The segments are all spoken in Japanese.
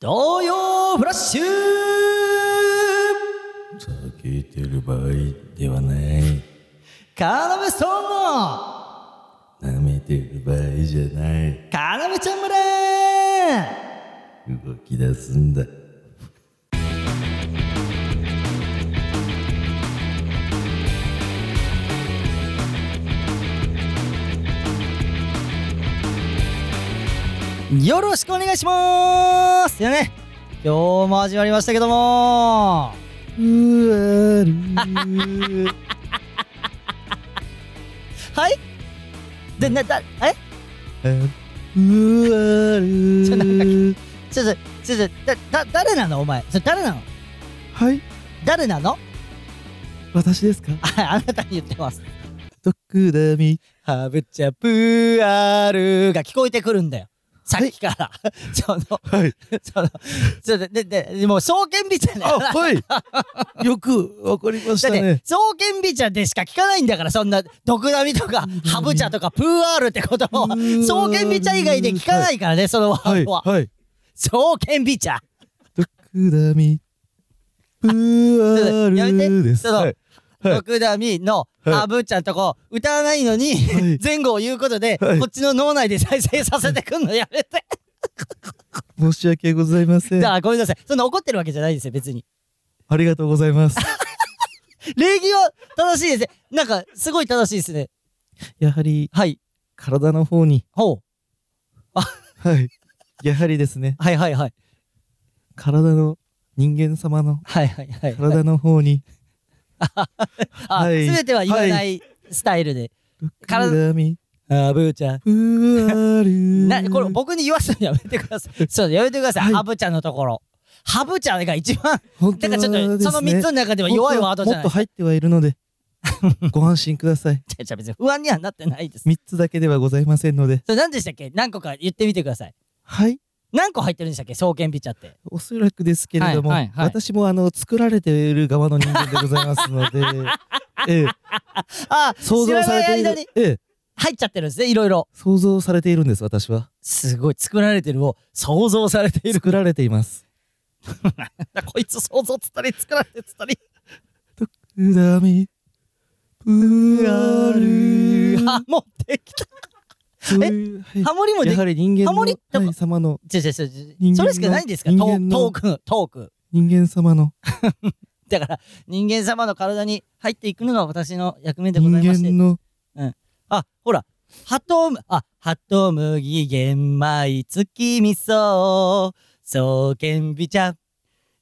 東洋フラッシュ聞いてる場合ではないカナメソン舐めてる場合じゃないのカナメちゃん村動き出すんだよろしくお願いしますよね今日も始まりましたけどもうーはいで、な、だ、えうわちょなんだっるちょちょ、ちょちょ、だ、だ、誰なのお前それ誰なのはい誰なの私ですかああなたに言ってます徳田みハブチャプーアルが聞こえてくるんだよ。さっきから。その、はいその、ちょっと、で、で、もう、証券美茶だあよな。はいよくわかりましだたってね、証券美茶でしか聞かないんだから、そんな、毒ダミとか、ハブ茶とか、プーアールってことを、ー証券美茶以外で聞かないからね、そのワはーいドは。はい証券美茶。徳田みうわやめてるですちょっとはいはい毒ダミの、はいハブ茶とこ、歌わないのにはい、前後を言うことで、はいこっちの脳内で再生させてくんのやめて。申し訳ございませんじゃあ、ごめんなさい。そんな怒ってるわけじゃないですよ、別に。ありがとうございます礼儀は正しいですね。なんか、すごい正しいですね。 やはりはい。体の方にほう。はいやはりですねはいはいはい。体の人間様のはいはいはい。体の方にあ、はすいべては言わないスタイルで。体体みあ、ブーちゃん。ふわる な、これ僕に言わせるのやめてくださ い。そう、やめてください。はいハブちゃんのところ。ハブちゃんが一 番、本当だはからちょっと、そので3すねつの中では弱いワードじゃな本当はいもっと。入ってはいるので ご安心ください じゃあじゃあ別に不安にはなってないです。 3つだけではございませんのでそれ何でしたっけ何個か言ってみてください。はい何個入ってるんでしたっけ総研ピッチャーって。おそらくですけれども、はいはいはい私もあの作られている側の人間でございます のでええあ、想知像らさなれいてい間るにええ入っちゃってるんですね、いろいろ。想像されているんです私はすごい、作られてるを想像されている。作られていますこいつ想像つったり作られてつったり。うだみうわるハモってきた。え、はいハモリもでやきはり人ハ間の、モリってはい、様のちょちょちょち人間ょのそれしかないんですかト人ー間のトーク、トーク。人間様のだから、人間様の体に入っていくのが私の役目でご人ざいまして間。のあ、ほら。ハトム、あ、ハトムギ玄米月味噌、そうけんび茶、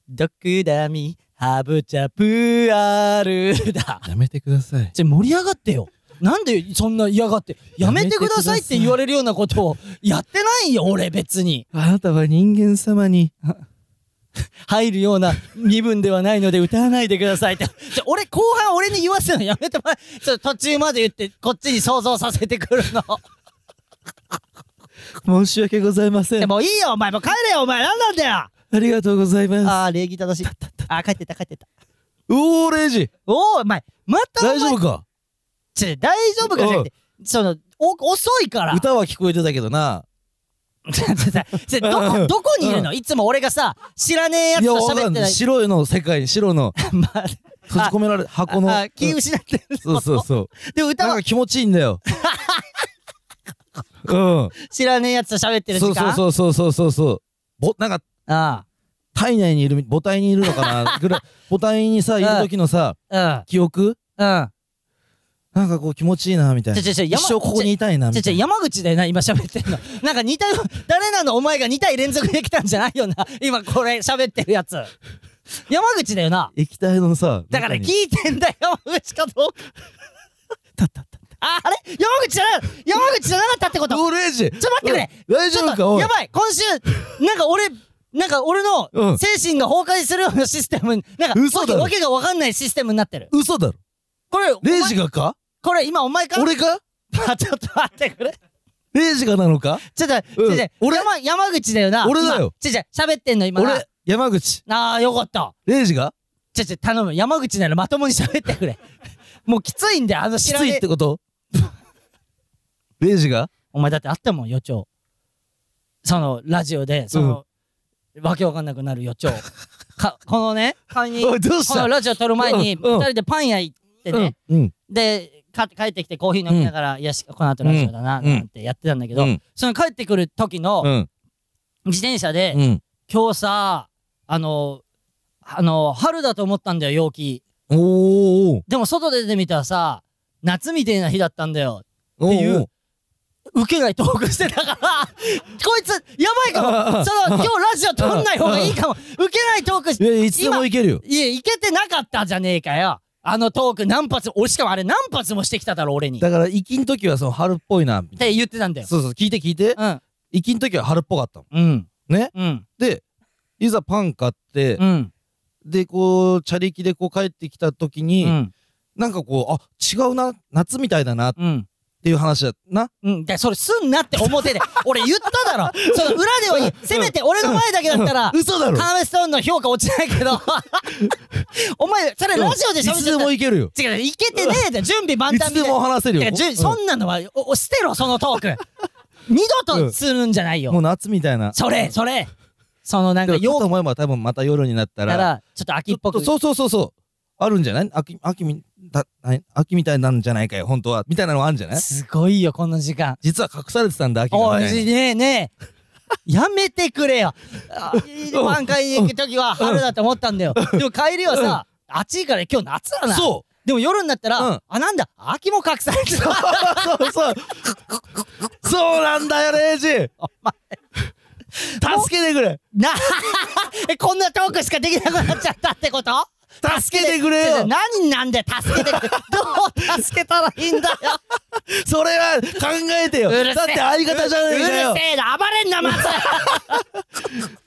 ドクダミ、ハブ茶プーアールだ。やめてくださいちょ盛り上がってよ。なんでそんな嫌がって。やめてくださいって言われるようなことをやってないよ、俺別に。あなたは人間様に入るような身分ではないので歌わないでくださいって。ちょ俺、後半俺に言わせるのやめてもらえ。ちょ途中まで言って、こっちに想像させてくるの。申し訳ございま せでんもういいよ、お前。もう帰れよ、お前。なんなんだよ。ありがとうございますああ、礼儀正しい。あー、帰ってた、帰ってた。おおレイジおお、お前、またお前大丈夫かちょ大丈夫かじゃなくて、その、お遅いから。歌は聞こえてたけどな ちょちょちょちょどこ、どこにいるのいつも俺がさ、知らねえやついやとわ喋かっんてなないい。白いの世界に白の まあ閉じ込められ箱のあ気うん失ってるそうそうそうで歌なはんか気持ちいいん だようん知らねえやつと喋ってる時そう間そうそうそうそうそうぼなんかあ体内にいるみ母体にいるのか なぐらい母体にさいる時のさあ記憶うんうんなんかこう気持ちいいなみたいちなょちょちょ一山生ここにいたいなちょみちたょいな山口だよな今喋ってるのなんか2体誰なのお前が2体連続できたんじゃないよな今これ喋ってるやつ山口だよな液体のさだから中聞にいてんだよ山口かどうかたったったああれ山口じゃな山口じゃなかったってことおレイジちょっと待ってくれ大ち丈ょ夫っかとおいやばい今週なんか俺なんか俺うのん精神が崩壊するようなシステムになんか嘘だろわけわけがわかんないシステムになってる嘘だろこれお前レイジがかこれ今お前か俺か ちょっと待ってくれレイジがなのかちょっと、うんちょっと俺山山口だよな俺だよ今ちょちょ喋ってんの今な俺山口ああよかったレイジがちょちょ頼む山口ならまともに喋ってくれ もうきついんだよあのき知らつねえいってことレイジがお前だってあったもん予兆そのラジオでその、わけわかんなくなるよ超 かこのね買いにおいどうしこのたラジオ撮る前にうんうん2人でパン屋行ってね、うんうんでか帰ってきてコーヒー飲みながら、いやしこの後ラジオだなうんなんてやってたんだけど、うんその帰ってくる時のうん自転車で、うん今日さあのあの春だと思ったんだよ陽気おーおーでも外出てみたらさ夏みたいな日だったんだよおーおっていうー受けないトークしてたから こいつやばいかもその今日ラジオ撮んない方がいいかも受けないトークし いやいつでもいけるよいやいけてなかったじゃねえかよあのトーク何発俺しかもあれ何発もしてきただろ俺にっだから行きん時はその春っぽいなみたいて言ってたんだなよそうそう聞いて聞いてうん行きん時は春っぽかったのうんねうんでいざパン買ってうんでこうチャリキでこう帰ってきた時うにんなんかこうあ違うな夏みたいだなっうんていう話だなうん、でそれすんなって表で 俺言っただろその裏ではいいせめて俺の前だけだったら嘘だろカーメストーンの評価落ちないけど お前それラジオでい喋っつちゃでったもいけるよ違ういけてねえじゃん準備万い端つみでたいなも話せるてよかじゅそんなのはおお捨てろそのトーク二度とするんじゃないよ、もう夏みたいなそれそれそのなんでかもかよとく思えば多分また夜になっかたららちょっとち秋ょっぽっとくそうそうそうそうあるんじゃない秋秋みだな秋みたいなんじゃないかよ本当はみたいなのあるんじゃないすごいよこの時間実は隠されてたんだ秋がみおいたいねなえねえやめてくれよあうん満開に行く時は春だと思ったんだよでも帰りはさ暑いから今日夏だなそうでも夜になったら、うんあなんだ秋も隠されてた うそうそうそうなんだよレイジ助けてくれなえこんなトークしかできなくなっちゃったってこと助けてくれよ何なんで助けてく れどう助けたらいいんだよそれは考えてようだるせえって相方じゃうねるえかよせえな暴れんなま ず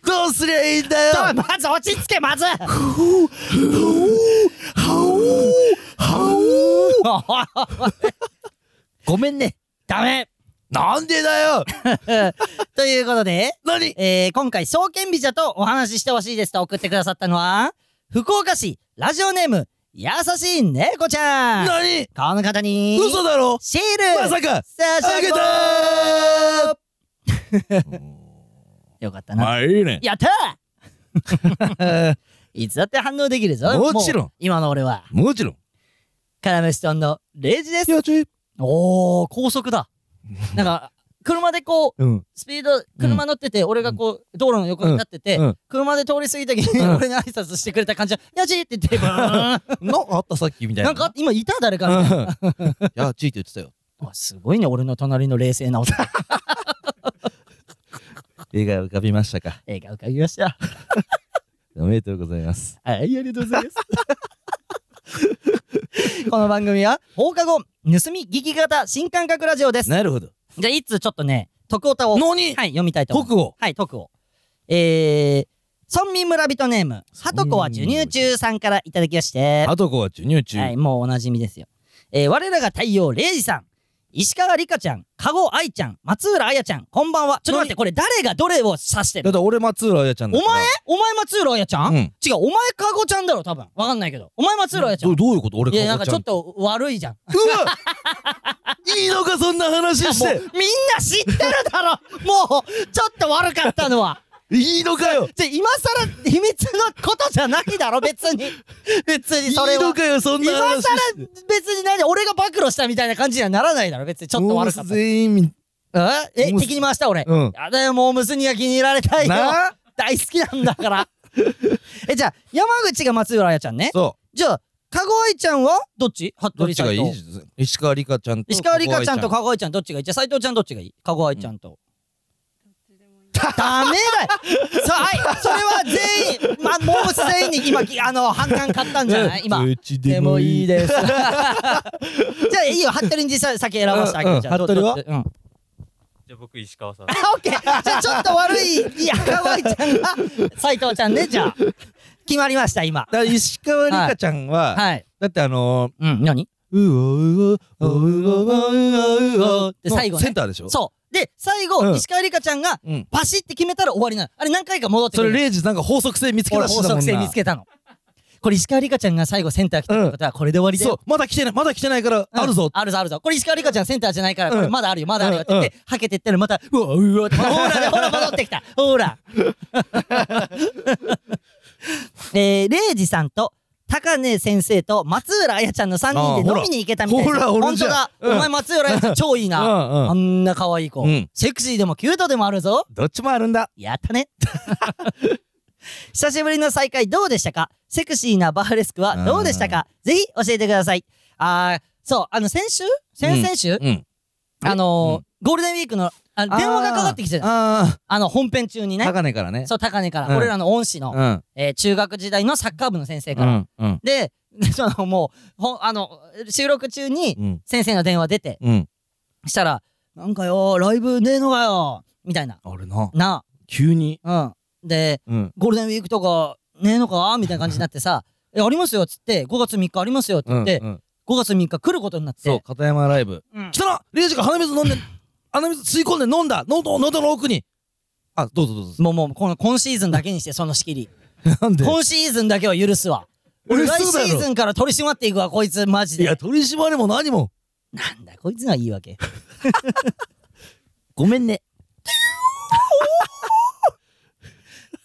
どうすりゃいいんだよおいまず落ち着けまずごめんねダメなんでだよ ということで何えー今回、証券ビジャとお話ししてほしいですと送ってくださったのは、福岡市ラジオネーム、優しい猫ちゃん。何この方に、嘘だろシール、まさか差あしげ上げますたよかったーまな。あいいねやったー いつだって反応できるぞ。もちろんう今の俺は、もちろんカラメストンのレイジです。やちおー、高速だ。なんか、車でこう、うんスピード、車乗ってて、俺がこう、道路の横に立ってて、うんうん車で通り過ぎた時に、う ん俺に挨拶してくれた感じは、やちって言って、ブーン なんかあったさっきみたいななんか今いた誰かみたいなうん いやちいって言ってたよあすごいね俺の隣の冷静な 男映画浮かびましたか映画浮かびましたおめでとうございますはいありがとうござい ますこの番組は放課後盗み聞き型新感覚ラジオですなるほどじゃあいつちょっとね徳オタをはい何読みたいと思います北欧はい徳をえー村民村人ネームはとこは授乳中さんからいただきましてあとこは授乳中はい、もうおなじみですよ。えー我らが太陽レイジさん、石川里香ちゃん、加護愛ちゃん、松浦彩ちゃん、こんばんは。ちょっと待って、これ誰がどれを指してだっるて俺松浦彩ちゃんおだ前からお前松浦彩ちゃん、うん違う、お前加護ちゃんだろ、多分。わかんないけど。お前松浦彩ちゃん。どどういうこと俺いや、なんかかぼちちょっゃんと悪いじゃん。うわ いいのかそんな話しもうみてんな知ってるだろ もう、ちょっと悪かったのは。 いいのかよじゃ、今更秘密のことじゃないだろ、別に。別いにいそれはの。かよそんな今話更して別に何俺が暴露したみたいな感じにはならないだろ、別に。ちょっと悪かっもうた。全員みええモース敵に回した俺。うんやだよ、モームスには気に入られたいよ。なあ大好きなんだ から。え、じゃあ、山口が松浦彩ちゃんね。そじゃあ、加護愛ちゃんはどっち服うどっ部ちさんとがいい石川里香ちゃんと石川里香ちゃんと加加護愛ちゃんどっちがいいじゃあ、斎藤ちゃんどっちがいい加護愛ちゃんと。ダメ だよさあ、はい、それは全員、まあ、モームス全員に今、きあの、反感買ったんじゃない今。どっちででももいいいい です。じ ゃあ、いいよ、服部に実際先選ばせてあげる。じゃあうんうん服部はどっちうん。じゃあ僕石川さん。あオッケーじゃあちょっと悪いいやかわいちゃんが斎藤ちゃんねじゃあ決まりました今だから石川里香ちゃんは、はいだってあのうん何ー、うおうおうおうおうおうおうで最後ねセンターでしょそうで最後、うん石川里香ちゃんがうんバシって決めたら終わりなのあれ何回か戻ってそくれるレイジなんか法則性見つけ俺出し法たもんな則性見つけたのこれ石川里香ちゃんが最後センター来たってことはこれで終わりだそよう、まだ来てない、まだ来てないから、うんあるぞ。あるぞあるぞこれ石川里香ちゃんセンターじゃないからうんこれまだあるよまだあるよって言っうてはけてったらまたうわう わってほらねほら戻ってきたほら えー、レイジさんと高根先生と松浦彩ちゃんの3人で飲みに行けたみたいですあーほらほら俺じゃん本当だ、うんお前松浦彩ちゃん超いいな、うんあうん。んな可愛い子、うんセクシーでもキュートでもあるぞどっちもあるんだ。やったね 久しぶりの再会どうでしたかセクシーなバーレスクはどうでしたかぜひ教えてくださいあーそうあの先週先々週、うん。あのーうゴールデンウィークのあ電話がかかってきてたああの本編中にあ、ね高値からね。そう高根から、うん俺らの恩師の、うん。えー中学時代のサッカー部の先生うから、ん。うん。で そのもうほんあの収録中にうん。先生の電話出てうん。したら「なんかよライブねえのかよ」みたいなあれな。な急に。あうんでうん。ゴールデンウィークとかねえのかみたいな感じになって さ「えありますよ」っつって「5月3日ありますよ」ってう言ん。って、うん5月3日来ることになってそう、片山ライブ。うん来たなレイジが鼻水飲んで、 鼻水吸い込んで飲んだ喉、喉の奥に。あ、どうぞどうぞ。もうもうこの今シーズンだけにしてその仕切りなんで今シーズンだけは許すわ俺俺そう来だろシーズンから取り締まっていくわこいつマジいでや、取り締まりも何も。なんだこいつのは言い 訳ごめんね。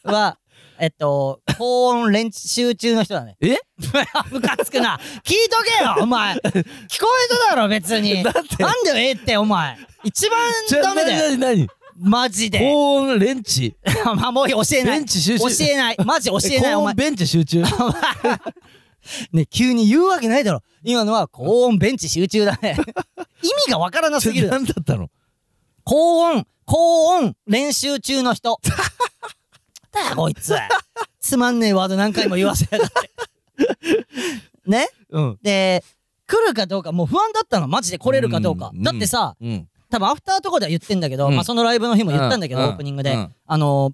はえっと高音練習中の人だねえ ムカつくな聞いとけよお前聞こえただろ別にだってなんだよええってお前一番じゃダあ、なメにだよなになにマジで高温レンチ。ま あもう教えなベいン教チ集中。えないマジ教えないお高前温ベンチ集中。 ね急に言うわけないだろ今のは高音ベンチ集中だ ね意味がわからなすぎるだろ何だったの高音、高音、練習中の 人。だよ、こいつ。つまんねえワード何回も言わせやがって。ねうん。で、来るかどうか、もう不安だったの、マジで来れるかどうかう。んだってさ、うん。多分アフターとかでは言ってんだけど、うんまあそのライブの日も言ったんだけど、オープニングで。あの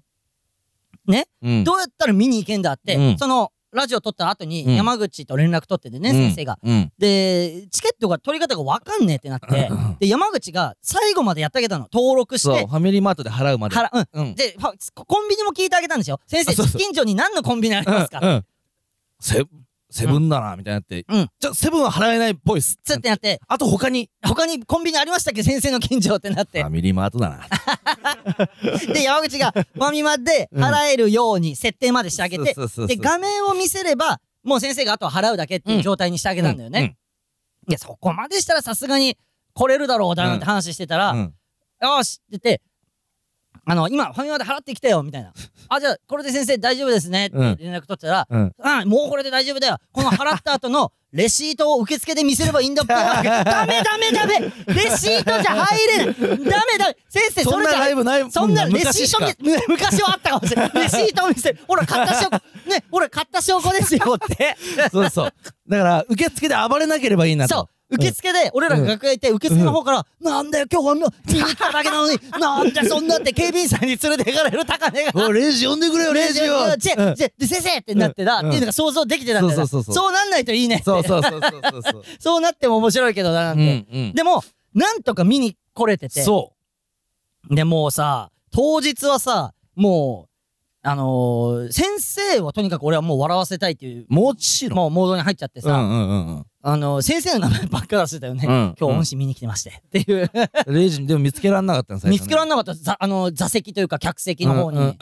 うん。どうやったら見に行けんだって、うんその、ラジオ撮った後うんに山口と連絡取っててね、先生が。うん。で、チケットが取り方が分かんねえってなってうん、で、山口が最後までやってあげたの。登録しそう、てフ、ァミリーマートで払うまで。払うん、うん。で、ファコンビニも聞いてあげたんですよ。先生、あそうそう近所に何のコンビニありますか、うんうんセセブンだなみたいになって、うんじゃセブンは払えないっぽいっすつってなって、あと他に他にコンビニありましたっけ先生の近所ってなっフてァ。ミリーマートだなで、山口がファミマで払えるように設定までしてあげて、そうそうそうそうで、画面を見せれば、もう先生があとは払うだけっていう状態にしてあげたんだよね。いや、そこまでしたらさすがに来れるだろうだなんて話してたら、うんうんよーしって言って、あの、今、ファミマで払ってきたよ、みたいな。あ、じゃあ、これで先生大丈夫ですね、って連絡取ったら、うんうんあもうこれで大丈夫だよ。この払った後 のレシートを受付で見せればいいんだっぺ。ダメダメダメレシートじゃ入れないダメダメ先生、そそんれなじライゃ、ブないそんなうレシート昔しか見、昔はあったかもしれない。レシートを見せる。ほら、買った証拠。ね、ほら、買った証拠ですよって。 そうそうだから受付で暴れなければいいなとそう受付で俺らが楽屋行って受付の方から「なんだよ今日はもう見に来ただけなのになんだそんな」って警備員さんに連れて行かれる高根が。おいレイジ呼ん でくれよレイジをちぇちぇで先生ってなってたっうてんいうのが想像できてたんだよそうなそうそうそうそうなんないといいねってそうそうそうそうそうそうそうなっても面白いけどななんてうんでもなんとか見に来れててそでもうさ当日はさもうあのー先生をとにかく俺はもう笑わせたいっていううもちろんもうモードに入っちゃってうんうさんうんあのー先生の名前ばっか出してたよねうん今日恩師見に来てましてっていううんレイジにでも見つけらんなかったの最初見つけらんなかったざあの座席というか客席の方に、うんうん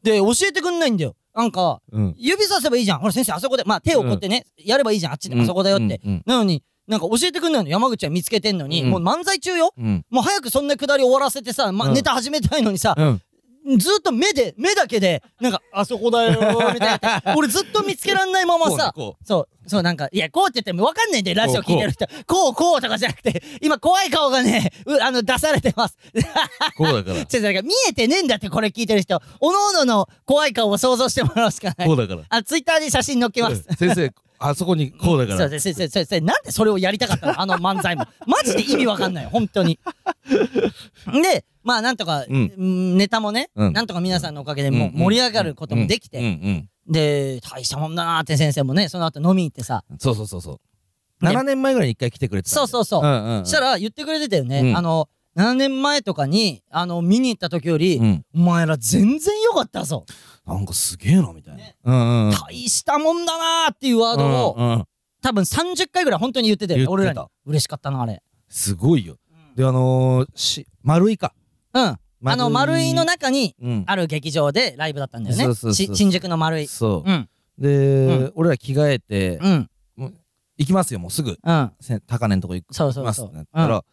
で教えてくんないんだよなんかうん指させばいいじゃんほら先生あそこでまあ手をこうやってね、やればいいじゃんあっちで、あそこだよって、うんなのになんか教えてくんないの山口は見つけてんのに、うんもう漫才中ようんうんもう早くそんなくだり終わらせてさ、まうんネタ始めたいのにさ、うんずっと目で目だけでなんかあそこだよーみたい な俺ずっと見つけらんないままさこうそう、そう、なんか、いや、こうって言っても分かんないんで、ラジオ聞いてる人。こう、こうとかじゃなくて、今、怖い顔がね、うあの、出されてます。 こうだからちょっとだから見えてねえんだってこれ聞いてる人おのおのの怖い顔を想像してもらうしかないこうだからあツイッターに写真載っけます、うん先生あそこにこうだそかうらです先生先生なんでそれをやりたかったの あの漫才もマジで意味わかんない本当にでまあなんとか、うんうんネタもね、うんなんとか皆さんのおかげでもううん盛り上がることもできて、うんうんで大したもんだなーって先生もねその後飲みに行ってさ、うんそうそうそうそうね7年前ぐらいに一回来てくれてたんだそようそうそう、うんうんうんしたら言ってくれてたよね、うんあの7年前とかにあの見に行った時より、うんお前ら全然良かったぞなんかすげえなみたいな、うんうん大したもんだなーっていうワードを、うんうん多分30回ぐらい本当に言ってて言ってた俺らに嬉しかったなあれすごいよであのー、し丸いかうんあの丸いの中にうんある劇場でライブだったんだよねそうそうそうし新宿の丸いそうう、んで、うん俺ら着替えて、うん行きますよもうすぐうんせ高根のとこ行くそう行きそまうすそうってなったら、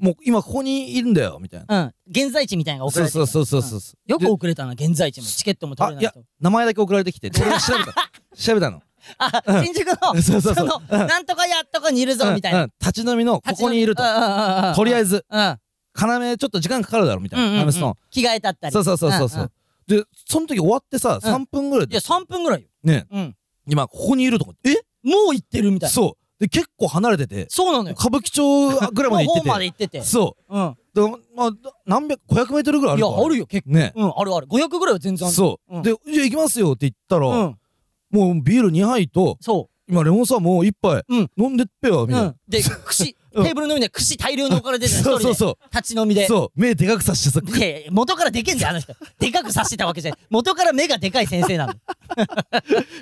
もう今ここにいるんだよみたいな、うん現在地みたいなのが送そらうれてきそうたそうそうそう、よでく遅れたな現在地もチケットも取れないと名前だけ送られてきてで俺が調べた調べたのあ新宿のそうそうそうのなんとかやっとかにいるぞみたいうんうなん立ち飲みのここにいるととりあえずず要ちょっと時間かかるだろみたいな、あのその着替えたったりそうそうそうそうそんんうでその時終わってさ、うん3分ぐらいいでや3分ぐらいよねうん今ここにいると思ってもう行ってるみえたいなそうで結構離れててそうなのよ歌舞伎町ぐらいまで行っもてうホてームまで行っててそうんうだからまあ何百500メートルぐらいあいるやかあるよ結ね構うんあるある500ぐらいは全然あるそう、うんで「じゃあ行きますよ」って言ったら、うんもうビール2杯とそ今レモンサワーもう1杯、うん飲んでっぺようみたいな、うんで串うんテーブルの上には串大量に置かれてるの そう一人そうでそ立ち飲みでうそう目でかくさしてさいやいや元からでけえんだよあの人でかくさしてたわけじゃない元から目がでかい先生なの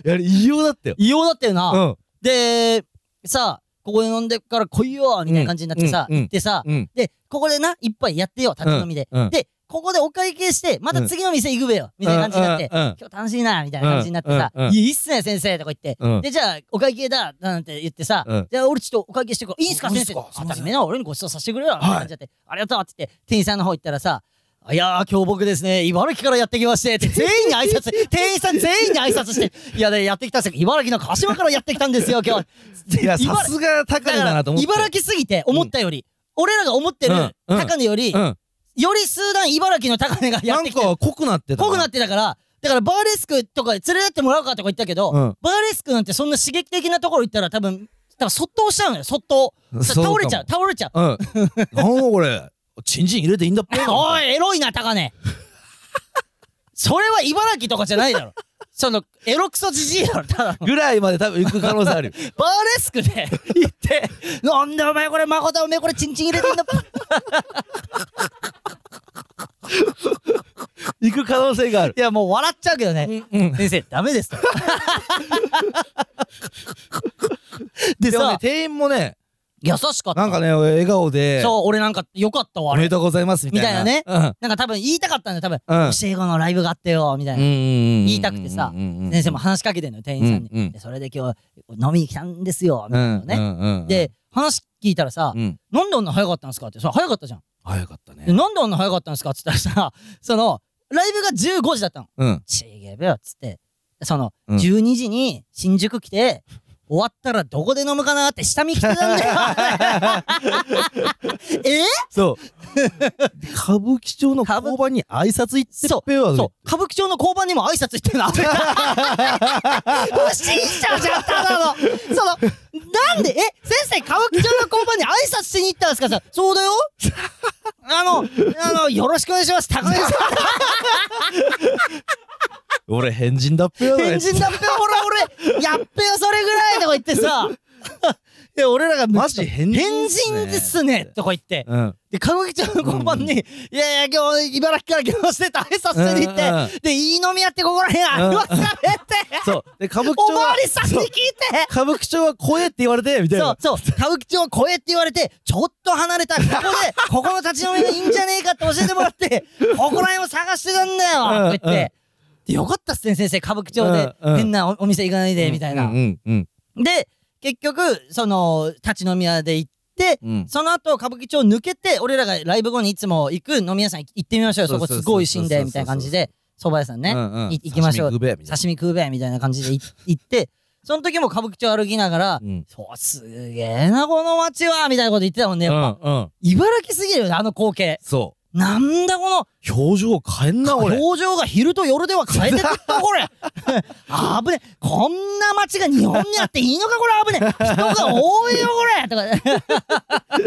やれ異様だったよ、異様だったよなうん、でさあここで飲んでっから来いよみたいな感じになってさ、うんうん行ってさ、うんでここでな一杯やってよ立ち飲みで、うんうんでここでお会計してまた次の店行くべよみたいな感じになって、うんうん今日楽しいなみたいな感じになってさ「うんうんいいっすね先生」とか言って、うんでじゃあお会計だなんて言ってさ、うんじゃあ俺ちょっとお会計してくるいいんすかいいっ先す生かすい当ませたりん前な俺にご馳走させてくれよみたいな感じになって、ありがとうって言って店員さんの方行ったらさいやー今日僕ですね茨城からやってきましてって全員に挨 拶店員さん全員に挨拶していやでやってきたんですよ茨城の柏からやってきたんですよ今日 いや茨さすが高値だなと思って茨城すぎて思ったより、俺らが思ってるうんうん高値より、うん、より数段茨城の高値がやなっんてきてるか濃くなってた濃くなってたからだからバーレスクとか連れてってもらうかとか言ったけど、うんバーレスクなんてそんな刺激的なところ行ったら多分多分そっとしちゃうの よそっとそうかも倒れちゃう倒れちゃ ううんなんだこれチンチン入れていいんだっぺおいエロいな高値 それは茨城とかじゃないだろそのエロクソじじいだろただのぐらいまで多分行く可能性あるよ バーレスクで行って「なんでお前これ誠お前これチンチン入れ てんの?」行く可能性があるいやもう笑っちゃうけどね、うん先生ダメ ですとででもさ、ね店員もね優しかったなんかね笑顔でそう俺なんかよかったわおあめでれとうございますみたいなみたいなねなんか多分言いたかったんだよ多分、うんうん教え子のライブがあってよみたいな、言言いたくてさ先生も話しかけてんのよ店員さんに、うんうんでそれで今日飲みに来たんですよみたういんなのね、うんうんで話聞いたらさ、うんなんであんな早かったんですかってそれ早かったじゃん、早かったでねなんであんな早かったんですかって言ったらさ そのライブが15時だったのうんちげべよっつってその、うん12時に新宿来て終わったらどこで飲むかなって下見来てたんだよ えそう 歌舞伎町の歌舞交番に挨拶行ってっぺよそう歌舞伎町の交番にも挨拶行ってんの 不審者じゃんただのそのなんでえ先生歌舞伎町の交番に挨拶しに行ったんですかさそうだよあのあのよろしくお願いします高根さん俺変人だっぺよ変人だっぺよほら俺やっべよそれぐらいとか言ってさいや俺らがマジ変人変っすね人ですねとか言ってうんで歌舞伎町の交番に「いやいや今日茨城から来まして」って挨拶しに行うんうんうってでいい飲み屋ってここら辺ありますからねってそうで歌舞伎お町まわはりさんにそ聞ういて歌舞伎町は怖えって言われてみたいそうなそう歌舞伎町は声って言われてちょっと離れたこ こでここの立ち飲みがいいんじゃねえかって教えてもらってここら辺を探してたんだよって言っうんうて。んでよかったっすね先生歌舞伎町でうんうん変なおお店行かないでみたいなうんうんうんで結局その立ち飲み屋で行って、うんその後歌舞伎町抜けて俺らがライブ後にいつも行く飲み屋さん行行ってみましょうよそうそそうこそうすごい美味しいんでみたいな感じで蕎麦屋さんね、うんうんい行きましょう刺身食べみたい刺身食うべみたいな感じでい 行ってその時も歌舞伎町歩きながら、なうんそうすげえなこの街はみたいなこと言ってたもんね、やっぱうんうん茨城すぎるよねあの光景そなんだこのう表情変えんな俺表情が昼と夜では変えてくったこ れあぶねえこんな街が日本にあっていいのかこれあぶねえ人が多いよこれとか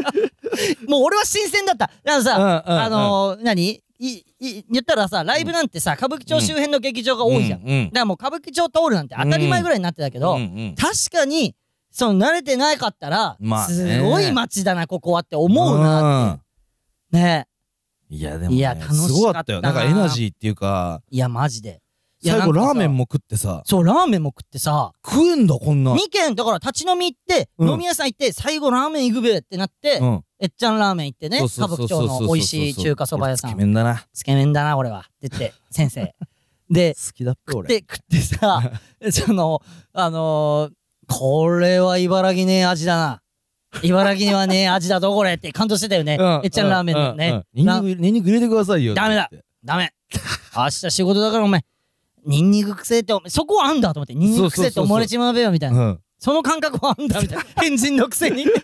もう俺は新鮮だったあのさ、うんうんうんあのー、何いい言ったらさライブなんてさ歌舞伎町周辺の劇場が多いじゃん、うだんうんからもう歌舞伎町通るなんて当たり前ぐらいになってたけど、うんうん確かにその慣れてなかったら、まあねすごい街だなここはって思うなって、ねえいやでも、ね、いや楽しかったすごかったよなんかエナジーっていうかいやマジでいや最後なんかラさーメンも食ってさそうラーメンも食ってさ食えんだこんな2軒だから立ち飲み行って、うん飲み屋さん行って最後ラーメン行くべってなって、うんえっちゃんラーメン行ってねそう歌そうそ舞伎うそ町うそうの美味しい中華そば屋さ俺つんけ麺だなつけ麺だな俺はって言 って先生で好きだっぺ食って食ってさ そのあのーこれは茨城ねえ味だな茨城にはねえ味だぞこれって感動してたよね、えっちゃんラーメンのね、ニンラニクニンニク入れてくださいよダメだってダメ明日仕事だからお前ニンニクくせえってお前そこはあんだと思ってニンニクくせえって思われちまうべよみたいなうんその感覚はあんだみ たいな変人のくせにとに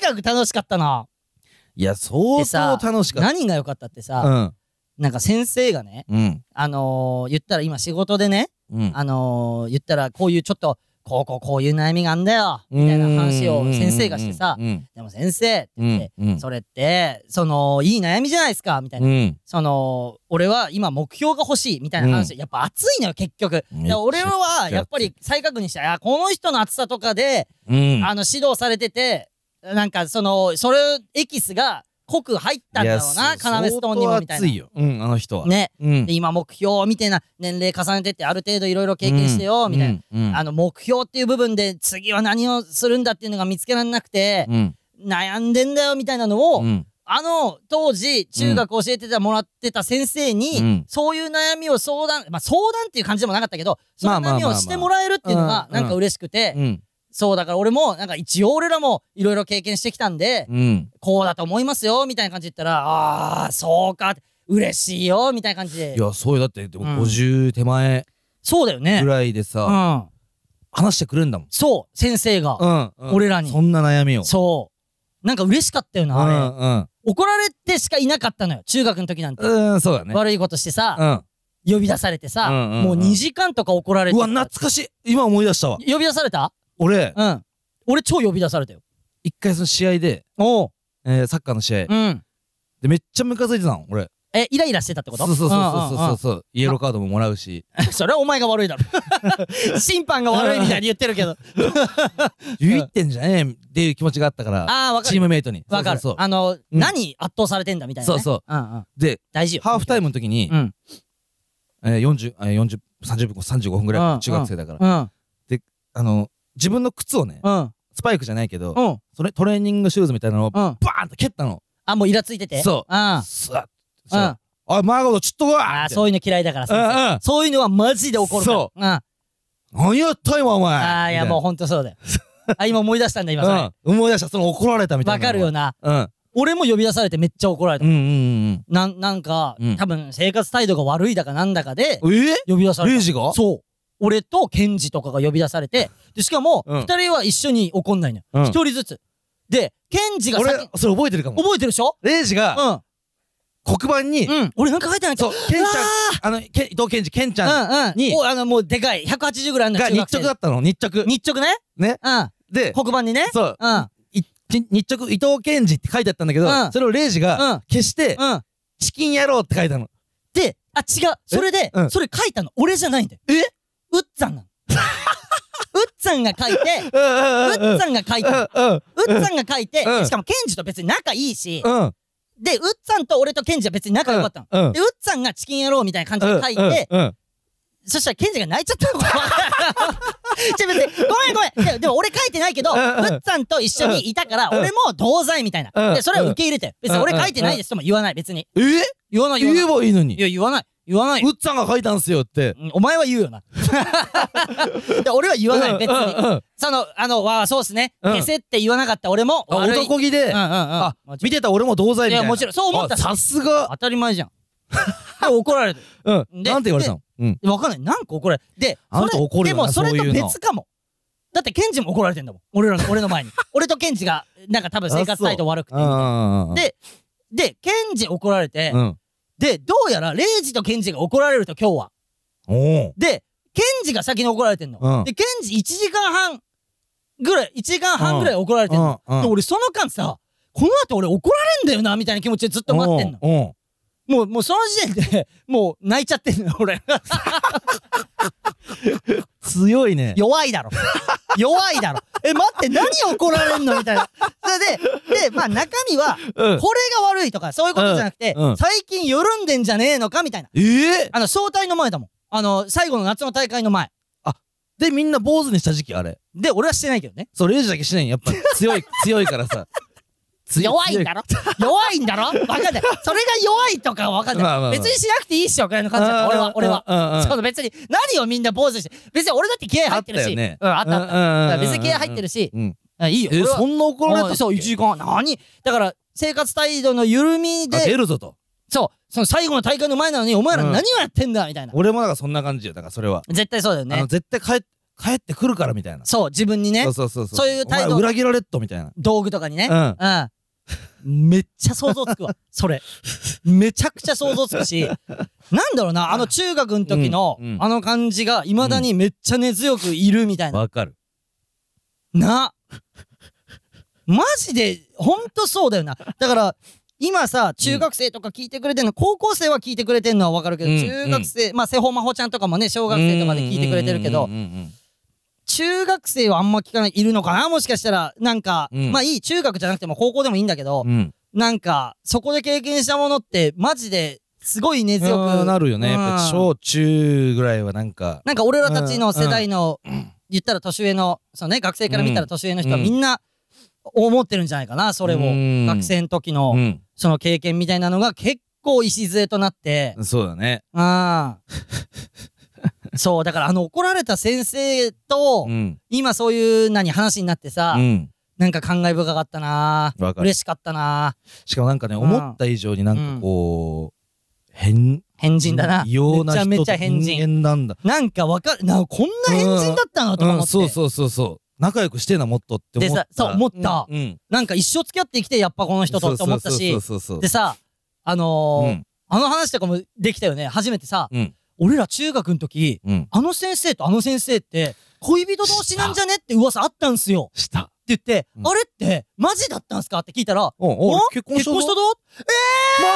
かく楽しかったないや相当楽しかっ何が良かったってたさ、なんか先生がねうんうんあのー言ったら今仕事でねうんあのー言ったらこういうちょっとこうこうこういう悩みがあんだよみたいな話を先生がしてさうんでも先生ってう言っんて、うんそれってそのいい悩みじゃないですかみたいな、うんその俺は今目標が欲しいみたいな話、やっぱ熱いのよ結局めっちゃで俺はやっぱり再確認したあこの人の熱さとかで、うんあの指導されててなんかそのそれエキスが濃く入ったんだろうな要ストーンにもみたい相当熱ないようんあの人はねうんで今目標みたいな年齢重ねてってある程度いろいろ経験してよみたいな、なあの目標っていう部分で次は何をするんだっていうのが見つけられなくて、うん悩んでんだよみたいなのを、うんあの当時中学教えてたもらってた先生に、うんそういう悩みを相談まあ相談っていう感じでもなかったけどそのまあま悩あみをしてもらえるっていうのまあがまあなんか嬉しくて、うんそうだから俺もなんか一応俺らもいろいろ経験してきたんで、うんこうだと思いますよみたいな感じで言ったらあーそうか嬉しいよみたいな感じでいやそうよだってでもうん50手前そうだよねぐらいでうさん話してくれるんだもんそう先生が、うんうん俺らにそんな悩みをそうなんか嬉しかったような、あれん怒られてしかいなかったのよ中学の時なんて、うんうんそうだね悪いことしてさ、うん呼び出されてさ、うんうんうんもう2時間とか怒られてうわ懐かしい今思い出したわ呼び出された俺うん俺超呼び出されたよ一回その試合でおうえーサッカーの試合うんでめっちゃムカついてたの俺えイライラしてたってことそうそうそううそうんうんそうそうイエローカードももらうしうん それはお前が悪いだ ろ審判が悪いみたいに言ってるけどビビってんじゃねえっていう気持ちがあったからああわかチーるムメイトにわかるそうそうそうあの、うん何圧倒されてんだみたいな、ね、そうう、んうん、で大事よハーフタイムムの時にうんえー40えー40 30分35分ぐうらんい中学生だからうんあの自分の靴をねうんスパイクじゃないけどうんそれトレーニングシューズみたいなのをバうんーンと蹴ったのあもうイラついててそうあスワッうそんうあおいマーゴードちょっとこいあーそういうの嫌いだからうんさうんそういうのはマジで怒るからそうんあ何やった今お前あいやもううほんとそうだよあ今思い出したんだ今それわ、うん、思い出したその怒られたみたいなかるよなうんうん俺も呼び出されてめっちゃ怒られた、うんうんなんなんか、うん多分生活態度が悪いだかなんだかでうんえ呼び出されレイたジがそう俺とケンジとかが呼び出されてでしかもうん二人は一緒に怒んないのようん一人ずつでケンジが俺先覚それ覚えてるかもえてるでしょレイジがうん黒板にうん俺なんか書いてないそうケンちうわゃんあのケン伊藤ケンジケンちゃんうんうんにおあのもうでかい180ぐらいあるのが中日学生直だったの日直日直ねねうんで黒板にねそううんうんい日直伊藤ケンジって書いてあったんだけどうんそれをレイジが消してうんチキン野郎って書いたのであ違うそれでうんそれ書いたの俺じゃないんだよえうっつ ぁんなのうっつぁんが書いてうんうんううんうんっつぁんが書いてうんうっつぁんが書いて、うんしかもケンジと別に仲いいし、うんうんで、うっつぁんと俺とケンジは別に仲良かったの。うんで、うっつぁんがチキン野郎みたいな感じで書いて、うんうんそしたらケンジが泣いちゃ ったの。ちょ、別に、ごめんごめん。ででも俺書いてないけど、ううんうんっつぁんと一緒にいたから、うん俺も同罪みたいな。うんで、それは受け入れて。別に俺書いてないですとも言わない、別に。え言わない、言わな言えい。ばいいのにいや、言わない。言わないよ。うっちゃんが書いたんすよってうんお前は言うよ な。で俺は言わない、別うんうんに。うんその、あの、わあ、そうっすね。うん消せって言わなかった俺もあ悪い。男気でうんうんうん。あもちろん見てた俺も同罪みたいいなやもちろんそう思ったあさすが当たり前じゃん。で怒られる。うんでなんて言われたのうんわかんない。何個怒られる。で、あの人それ怒るよなでもそれそういとうの別かも。だってケンジも怒られてんだもん。俺らの、俺の 前に。俺とケンジが、なんか多分生活態度悪くてうん。うんうんうんでで、ケンジ怒られて、うんで、どうやらレイジとケンジが怒られると今日は。おおで、ケンジが先に怒られてんの。うんで、ケンジ1時間半ぐらい、1時間半ぐらい怒られてんの。うんうんで、俺その間さ、この後俺怒られんだよな、みたいな気持ちでずっと待ってんの。のもう、もうその時点で、もう泣いちゃってんのよ、俺。強いね。弱いだ ろ弱いだろえ待って何怒られんのみたいなそれででまあ中身はうん。これが悪いとかそういうことじゃなくて、うんうん最近緩んでんじゃねえのかみたいなええあの総体の前だもんあの最後の夏の大会の前で、みんな坊主にした時期あれ。で俺はしてないけどねそう、レイジだけしないんやっぱ強い、 強いからさ。強弱いんだ ろ弱いんだろ分かんないそれが弱いとかは分かんない、まあまあまあ別にしなくていいっしょぐらいの強感いじだった俺は俺は、うんうんうんその別に何をみんな坊主にして別に俺だって気合入ってるあったしよねうんあったあった、だからた別に気合入ってるし、うん。うんいいよえ、俺はそんな怒られおたいそう1時間何だから生活態度の緩みあで出るぞと。そうその最後の大会の前なのにお前らうん何をやってんだみたいな、俺もだからそんな感じよ。だからそれは。絶対そうだよあの、ね絶対帰っ帰ってくるからみたいな。そう自分にねそうそうそう。そういう態度お前裏切られっとみたいな。道具とかにねうん。うんめっちゃ想像つ くわそれめちゃくちゃ想像つくしなんだろうなあの中学の時の、うんうんあの感じがいまだにめっちゃ根強くいるみたいな、わかる。なマジでほんとそうだよなだから今さ中学生とか聞いてくれてんの、高校生は聞いてくれてんのはわかるけど、うん中学生まあ世保真帆ちゃんとかもね小学生とかで聞いてくれてるけど、うんうんうんうんうん中学生はあんま聞かないいるのかなもしかしたらなんか、うんまあいい中学じゃなくても高校でもいいんだけど、うん。なんかそこで経験したものってマジですごい根強うくんなるよね。やっぱうん小中ぐらいはなんか。なんか俺らたちの世代の、言ったら年上のそのね学生から見たら年上の人はうんみんな思ってるんじゃないかなそれをうん学生の時のうん。その経験みたいなのが結構礎となってそうだね。 ああそうだからあの怒られた先生とうん。今そういう何話になってさうん。なんか感慨深かったなわかる。嬉しかったなしかもなんかね、うん思った以上になんかこう、変。変人だな異様な人めちゃめちゃ変人人間なんだ。なんかわかるなこんな変人だったなとか思うっん、てそうそうそうそう。仲良くしてな、もっとって思った。でさそう思ったうん。うんなんか一生付き合ってきてやっぱこの人とって思ったしそうそうそうそうそう。でさあのーうんあの話とかもできたよね初めてさ、うん俺ら中学の時うん。あの先生とあの先生って恋人同士なんじゃねって噂あったんすよした。って言って、うんあれってマジだったんすかって聞いたらおおお結婚し結た婚したぞ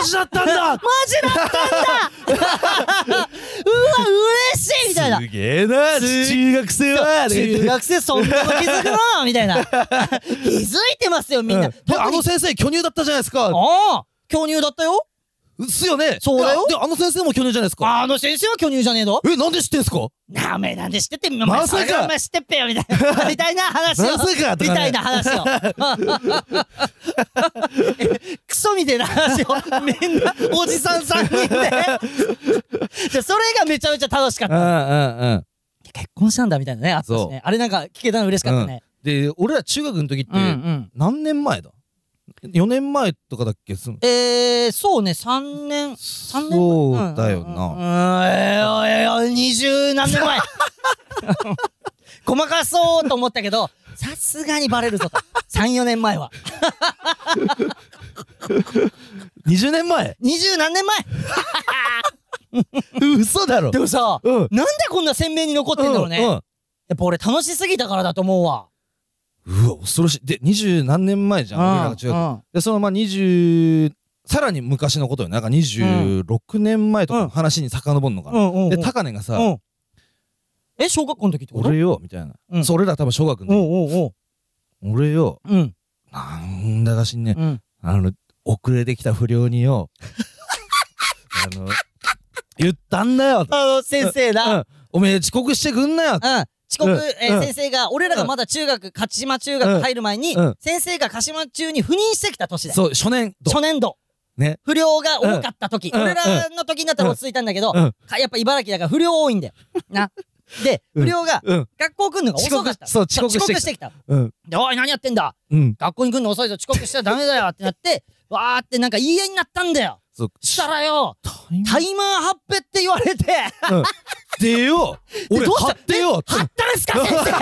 マジだったんだマジだっ たんだうわ嬉しいみたいなすげえなす中学生は中学生そんなの気づくなみたいな気づいてますよみんな、う特にあの先生巨乳だったじゃないですかああ巨乳だったようっすよねそうだよであの先生も巨乳じゃないですかあの先生は巨乳じゃねえぞえなんで知ってんすかなあ、お前なんで知ってて、お前まさかそれお前知ってっぺよ、みたい な。みたいな話を。まさかとかみねたいな話を。 えクソみたいな話を、みんな、おじさん3人で。でそれがめちゃめちゃ楽しかっうた。んうんうん結婚したんだ、みたいなね、あったしそうね。あれなんか聞けたの嬉しかったね。で俺ら中学の時ってうんうん。何年前だ4年前とかだっけすんえー、そうね、3年、3年前そうだようんなうん、えー、おいおい、二十何 年前。ごまかそうと思ったけど、さすがにバレるぞと。3、4年前は。 20年前二十何年前嘘だろでもさ、うんなんでこんな鮮明に残ってんだろうね。うんやっぱ俺楽しすぎたからだと思うわ。うんうわ恐ろしいで二十何年前じゃん俺らが中学うんでそのまあ20さらに昔のことよねなんか26年前とかの話に遡るのかうなんうんうんで高根がさうんえ、小学校の時ってこと俺よみたいな、うんそう俺ら多分小学おの時、うおうおう。俺ようん。なんだかしんね、うん。あの遅れてきた不良 によあの言ったんだよとあの、先生だ。うんおめえ遅刻してくんなようん遅刻、うんえーうん先生が、俺らがまだ中学、勝島中学入る前に、うん先生が鹿島中に赴任してきた年だよ。そう初年度初年度。ね不良が多かった時、うん俺らの時になったら落ち着いたんだけど、うんかやっぱ茨城だから不良多いんだよ。な。で、うん不良がうん学校来るのが遅かった。そう遅刻してきたてきた。うんで、おい、何やってんだうん学校に来るの遅いぞ、遅刻しちゃダメだよってなって、 わーってなんか言い合いになったんだよ。そうしたらよ、タイマーハッペって言われて、うんでよで 俺どうした買ってよってはったんすか先 生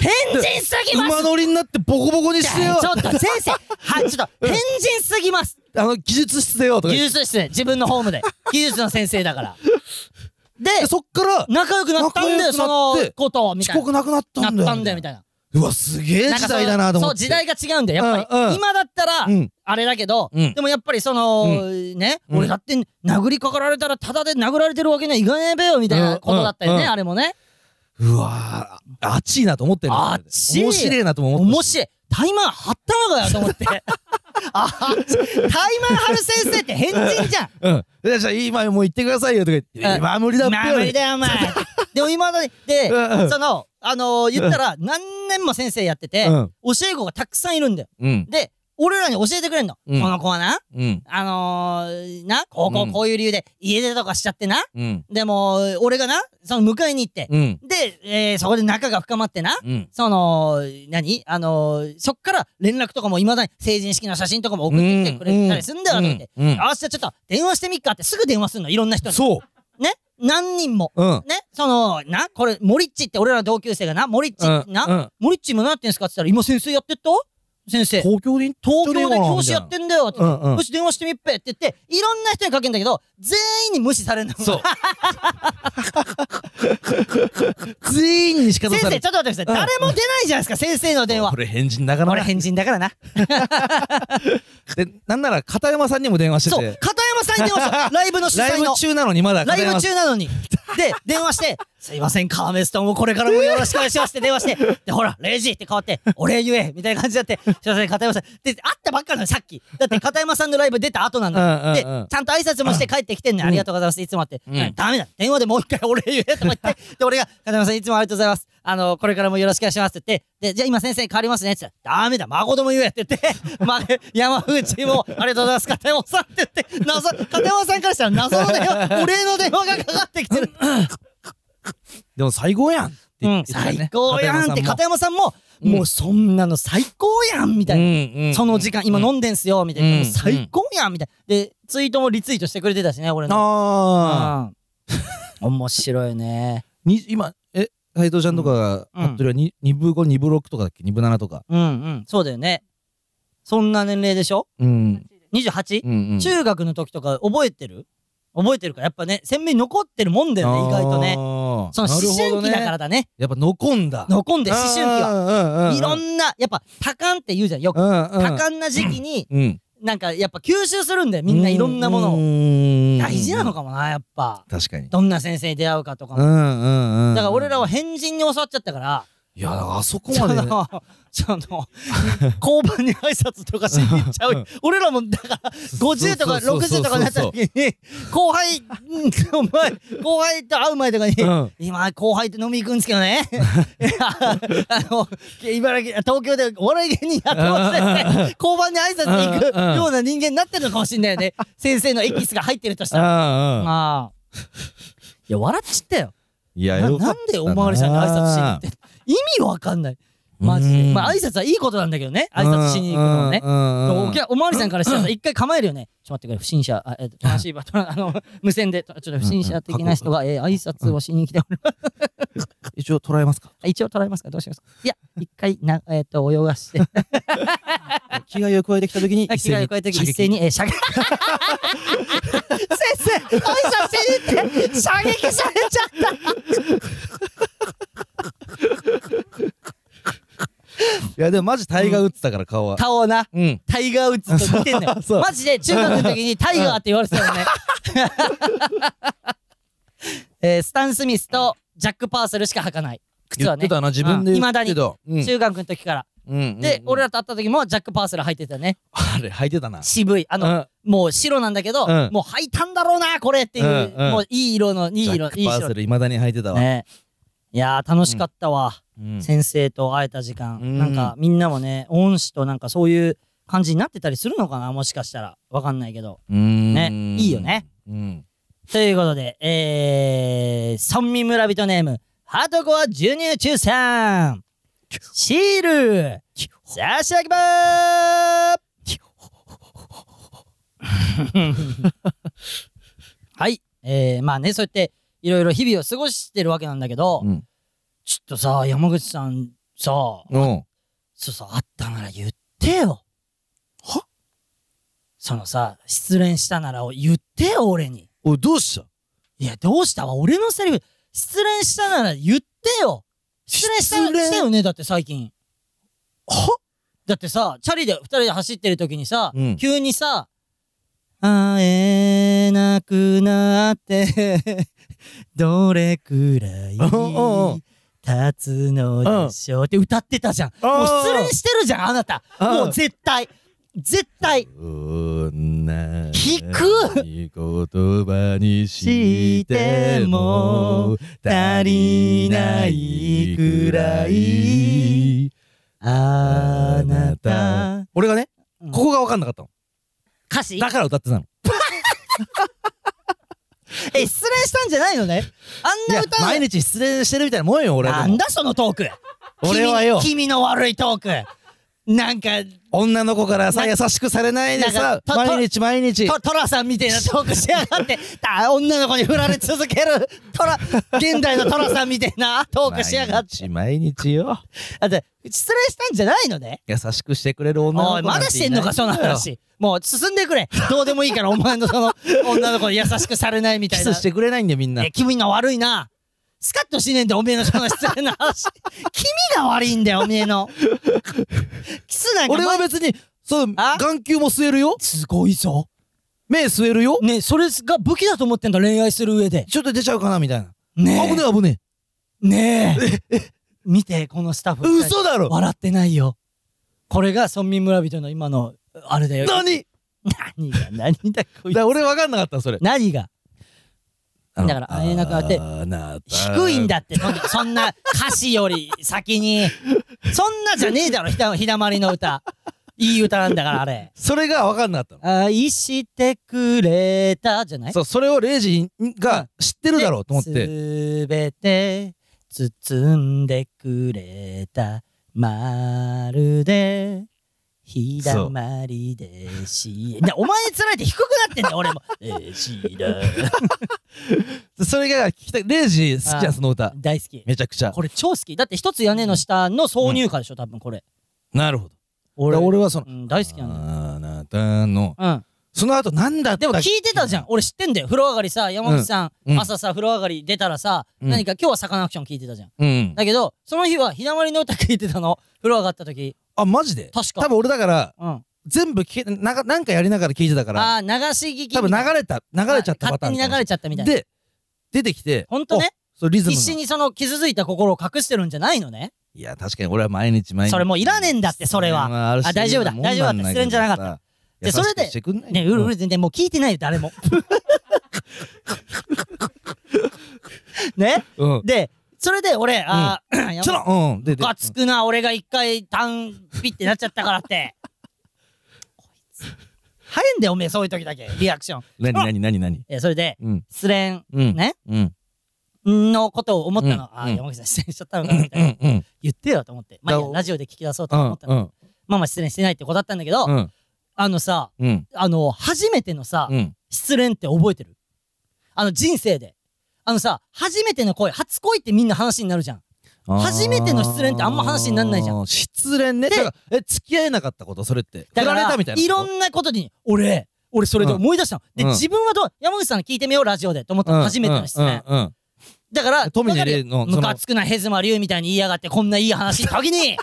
変人すぎます馬乗りになってボコボコにしてよちょっと先生、はい、ちょっと変人すぎます。あの技術室でよとか技言って術室で、自分のホームで。技術の先生だ から。で、でそっから仲良くなったんだよ、仲良くなそってのことを、みた遅い刻なくなったな。んなだっよたんだよ、みたいな。うわすげえなんか時代だなと思ってそう、時代が違うんだよ、やっぱり。うんうん今だったら、うんあれだけど、うんでもやっぱりその、ね、うん俺だって殴りかかられたら、ただで殴られてるわけにはいかねえべよ、みたいなことだったよね、うんうんあれもね。うわーあっちいなと思ってるあっちい面白いなとも思って面白いタイマン張ったのかよと思って あタイマン張る先生って変人じゃんいうんじゃあ今もう行ってくださいよとか言ってうん今は無理だっぺまあ無理だよお前でも今まででうんうんそのあのー言ったら何年も先生やっててうん教え子がたくさんいるんだようんで俺らに教えてくれんの、うんこの子はなうんあのー、なこうこううんこういう理由で家出とかしちゃってなうんでも俺がなその迎えに行って、うんで、えーそこで仲が深まってなうんその何あのー、そっから連絡とかもいまだに成人式の写真とかも送ってきてくれたりすんだよとか言って、うんうんあしじゃあちょっと電話してみっかってすぐ電話すんのいろんな人にそうね何人もうんねそのなこれモリッチって俺らの同級生がなモリッチ、うんな、うんモリッチ今何やってんすかって言ったら今先生やってっと先生東京で東京で教師やってんだよって、うんうんよし電話してみっぺって言っていろんな人にかけんだけど全員に無視されるのそう全員に仕方先さ生れちょっと待ってください、誰も出ないじゃないですか先生の電話これ変人だから俺な変人だからなでなんなら片山さんにも電話してそうて片山さんに電話 したライブの主ライ催ブの中なのにまだラ片イブ山さ中んなのに。で、電話して、すいません、カーメストンをこれからもよろしくお願いしますって電話して、で、ほら、0時って変わって、お礼言えみたいな感じになって、すいません、片山さん。で、会ったばっかりなの、さっき。だって、片山さんのライブ出た後なんだ。うんうで、んちうんゃんと挨拶もして帰ってきてんの、ありがとうございます、いつもあって。んダメだ、電話でもう一回お礼言えとか言 って、で、俺が、片山さん、いつもありがとうございます。あの、これからもよろしくお願いしますって言って、で、じゃあ今先生変わりますねって言ったら、ダメだ、孫供言えって言 って、ま、山口も、ありがとうございます、片山さんって言って、謎、片山さんからしたら謎の電 話、お礼の電話がかかってきてる。でも最高やんってう言んってたね最高やんって、片山さんも、うんもうそんなの最高やんみたいな。なその時間、今飲んでんすよ、みたいな。うんもう最高やんみたいな。で、ツイートもリツイートしてくれてたしね、俺の。ああうん面白いね。に今え斉藤ちゃんとかがうんうん服部はに二部五二部六とかだっけ二部七とかうんうん。そうだよね。そんな年齢でしょうんう ?28? んうん中学の時とか覚えてる覚えてるかやっぱね、鮮明に残ってるもんだよね、意外とね。ねその思春期だかららだね。やっぱ残んだ残んで思春期は。はいろなんな、やっぱ多感って言うじゃん、よく。多多感な時期に、うんなんかやっぱ吸収するんだよ、みんないろんなものを。の大事なのかもな、やっぱ。確かにどんな先生に出会うかとかうも。んうんうんだから俺らは変人に教わっちゃったから、いやだからあ そこそまでねの、その、交番に挨拶とかしに行っちゃうんう。うん俺らも、だから、50とかそうそうそう60とそうかになった時に、後輩、うんお前、後輩と会う前とかに、 うん今、後輩と飲み行くんですけどね。 いやあの、茨城、東京でお笑い芸人やってますね。交番に挨拶に行くうんうんような人間になってるのかもしれないよね。先生のエキスが入ってるとしたら。ああまあ。いや、笑っちったよ。いやなよかなっんたでおまわりさんに挨拶しに行って意味わかんないマジうでんまあ挨拶はいいことなんだけどね挨拶しに行くのもねでもおね客おまわりさんから したらさ一回構えるよねちょっと待ってくれ不審者あえっと悲しい場あの 無線でちょっと不審者的な人がえー挨拶をしに来ておりま一応捉え ますすか 一応捉えますかどうしますいや一回なえっと泳がして気概を加えてきた時に あ着替えを超えて 一斉ににえー射 撃先生挨拶しに行 って射撃されちゃったいやでもマジタイガー打ってたから顔は顔をなうんタイガー・ウッズと似てんのよ そうマジで中学の時にタイガーって言われてたよね、 えースタン・スミスとジャック・パーソルしか履かない靴言はっねてたな自分でうん言未だってにた中学の時から、で、俺ららと会った時もジャック・パーソル履いてたねあれ履いてたな渋いあの、もう白なんだけど、うんもう履いたんだろうなこれっていう、うんうんもういい色のいいいい色色いいいい白色いまだに履いてたわねいやー楽しかったわ、うん先生と会えた時間、うんなんかみんなもね恩師となんかそういう感じになってたりするのかなもしかしたらわかんないけどねねいいよねということで、えー、村民村人ネーム、ハートコア授乳中さん、シール、差し上げまーはい、えー、まあね、そうやって、いろいろ日々を過ごしてるわけなんだけど、うんちょっとさ、山口さん、さ、うんそうそう、あったなら言ってよ。はそのさ、失恋したならを言ってよ、俺に。おいどうしたいや、どうしたわ俺のセリフ、失恋したなら言ってよ失恋した失恋したよねだって最近。はだってさ、チャリで、二人で走ってる時にさ、うん急にさ、会えなくなって 、どれくらいおうおう立つのでしょうって歌ってたじゃん。もう失恋してるじゃん、あなた。うんもう絶対。絶対。女聞くいい言葉にしても足りないくらいあなた。俺がねうんここが分かんなかったの歌詞だから歌ってたのえ、失恋したんじゃないのね。あんな歌うの毎日失恋してるみたいなもんよ俺でもなんだそのトーク。俺はよ君君の悪いトーク。なんか、女の子からさな優しくされないでなさんかとと毎日毎日トトラさんみたいなトークしやがって、た女の子に振られ続ける、トラ、現代のトラさんみたいな トークしやがっ毎て。日毎日よだって、失礼したんじゃないのね。優しくしてくれる女の子おい、まだしてんのか、そのなんていないよ話。もう進んでくれ。どうでもいいから、お前のその、女の子に優しくされないみたキいな。スしてくれないんだよみんなえ、君の悪いな。スカッとしねえんだよ、おめえのその失礼な 話。君が悪いんだよ、おめえの。キスなんか、俺は別にそうあ眼球も吸えるよすごいぞ。目吸えるよねえそれが武器だと思ってんだ、恋愛する上で。ちょっと出ちゃうかなみたいなね危ねえ危ねえ。ねえ。見て、このスタッえフ。嘘だろ笑ってないよ。これが村民村人の今の、あれだよ。何何が、何だ、こいつだから俺分かんなかったそれ何が。あのだからあえなく当てあなた低いんだって、そん なそんな歌詞より先に。そんなじゃねえだろ、ひだひだまりの歌。いい歌なんだから、あれ。それが分かんなかっ愛してくれたじゃなたのいそうそれをレイジが知ってるだろうと思ってすべて包んでくれたまるでひだまりでしでお前につられて低くなってんだ よ俺もえしらそれが聞きたいレイジ好きじゃあんその歌大好きめちゃくちゃこれ超好きだって一つ屋根の下の挿入歌でしょ多分これなるほど俺俺はそのうん、大好きなんだよあなたのうん、その後なんだでも聞いてたじゃんん俺知ってんだよ風呂上がりさ山口さん、うんうん朝さ風呂上がり出たらさ、うん何か今日はサカナクション聞いてたじゃんうんだけどその日は日だまりの歌聞いてたの風呂上がった時あマジで確か多分俺だからうん、あ全部聞けながなんかやりながら聞いてたからあー流し聞き多分流れた流れちゃったパ勝タ手ーンに流れちゃったみたいなで出てきてほんとねおそうリズム必が死にその傷ついた心を隠してるんじゃないのねいや確かに俺は毎日毎日それもういらねえんだってそれははあ大丈夫だ大丈夫だって失恋じゃなかったでそれでねうるうる全然もう聞いてないよ誰 もねうんでそれで俺あ あ、やばいちょっとうんででがつくな俺が一回タンピってなっちゃったからって こいつ早いんだよおめえそういう時だけリアクション何何何何えそれでうん失恋うんねうんのことを思ったの、うんああうん山口さん失恋しちゃったのうかなみんたいうな、んうん言ってよと思ってまあいいやだラジオで聞き出そうとう思んったの、うんまあまあ失恋してないって子だったんだけど、うんあのさうんあの初めてのさ、うん失恋って覚えてるあの人生であのさ初めての恋初恋ってみんな話になるじゃん初めての失恋ってあんま話になんないじゃんん失恋ねでだからえ付き合えなかったことそれって振だかられらたみたいないいろんなことに俺俺それで思い出したの、で、うん自分はどう山口さんに聞いてみようラジオでと思ったの、初めての失恋、うんうんだから富野玲のそムのカつくなヘズマ竜みたいに言いやがってこんないい話した時 に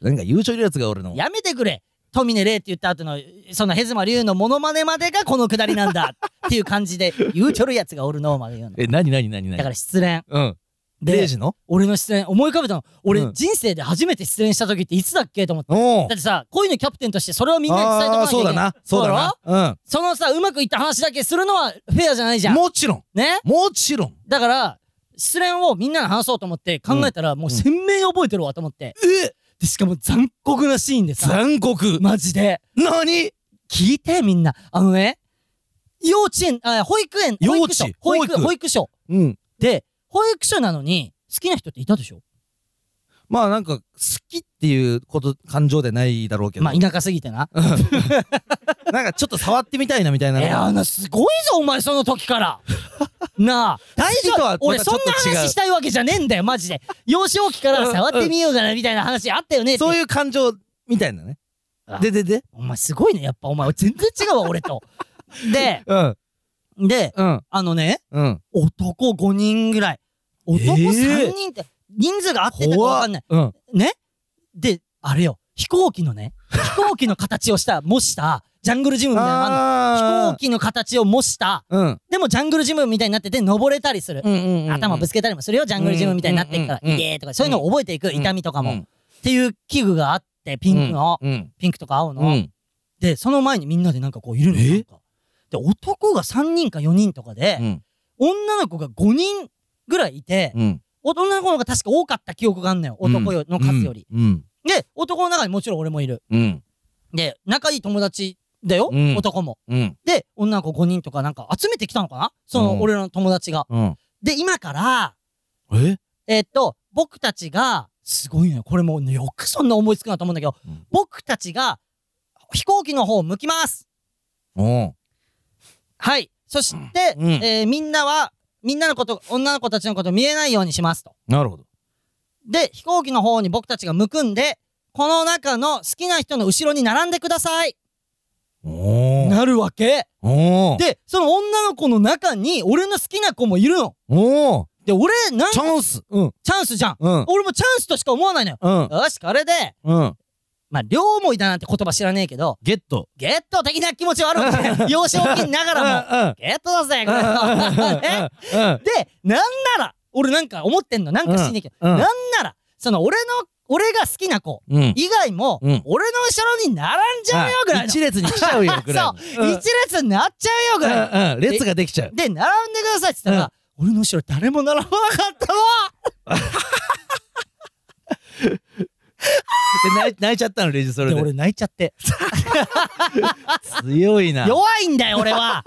なんか優勝いるやつが俺のやめてくれ富根礼って言った後のそのヘズマ龍のモノマネまでがこのくだりなんだっていう感じで言うちょるやつがおるのまで言うのえ何何何何だから失恋うんレでイジの俺の失恋思い浮かべたの俺、うん人生で初めて失恋した時っていつだっけと思っておおだってさ恋のキャプテンとしてそれをみんなに伝えとかなきゃいけないそうだなそうだろなそのさうまくいった話だけするのはフェアじゃないじうゃんんもちろんねもちろんだから失恋をみんなに話そうと思って考えたら、もう鮮明に覚えてるわと思って、えでしかも残酷なシーンでさ残酷マジで何聞いてみんなあのね幼稚園あ保育園幼保育稚所保育保育保育所うんで保育所なのに好きな人っていたでしょまあなんか好きっていうこと感情でないだろうけどまあな田ん舎すぎてなかちょっと触ってみたいなみたいえなー、あのすごいぞお前その時から なあ大丈好きとはま夫た俺ちそょんっとな違う話したいわけじゃねえんだよマジ で幼少期から触ってみようかなみたいな話あったよねってそういう感情みたいなねでででお前すごいねやっぱお前全然違うわ俺 とでうんでうんあのねうん男5人ぐらい男3人って人数が合ってたか分かんないうんねで、あれよ、飛行機のね、飛行機の形をした、模した ジャングルジムみたいなのあんの飛行あ機の形を模したーうんでもジャングルジムみたいになってて登れたりする、うんうんうん頭ぶつけたりもするよジャングルジムみたいになっていくから、うんうんうんイエーとかそういうのを覚えていく、痛みとかも、うんっていう器具があってピンクの、うんピンクとか青の、うんでその前にみんなでなんかこういるのえなんかで男が3人か4人とかでう、ん女の子が5人ぐらいいて、うん女の子の方が確か多かった記憶があんのよ男よの数より、うんで男の中にもちろん俺もいるうんで仲いい友達だよ、うん男もうんで女の子5人とかなんか集めてきたのかなその俺らの友達が、うんで今からええーっと僕たちがすごいねこれもうねよくそんな思いつくなと思うんだけど、うん僕たちが飛行機の方を向きますうんはいそして、うんえーみんなはみんなのこと女の子たちのこと見えないようにしますとなるほどで飛行機の方に僕たちが向くんでこの中の好きな人の後ろに並んでくださいおーなるわけおーでその女の子の中に俺の好きな子もいるのおーで俺なんチチャンスうんャンスじゃんうん俺もチャンスとしか思わないのようんよしこれでうんまあ両思いだなんて言葉知らねえけどゲットゲット的な気持ちはあるわけだよ幼少期ながらもらゲットだぜこれ えうんでなんなら俺なんか思ってんのなんかしねえけど、うんうんなんならその俺の俺が好きな子うん以外も、うん俺の後ろに並んじゃうよぐらいの、一列に来ちゃうよぐらい のそう、一列になっちゃうよぐらいの、うんうん列ができちゃうで並んでくださいって言ったら、俺の後ろ誰も並ばなかったわで泣い泣いちゃったのレジそれでで俺泣いちゃって強いな弱いんだよ俺は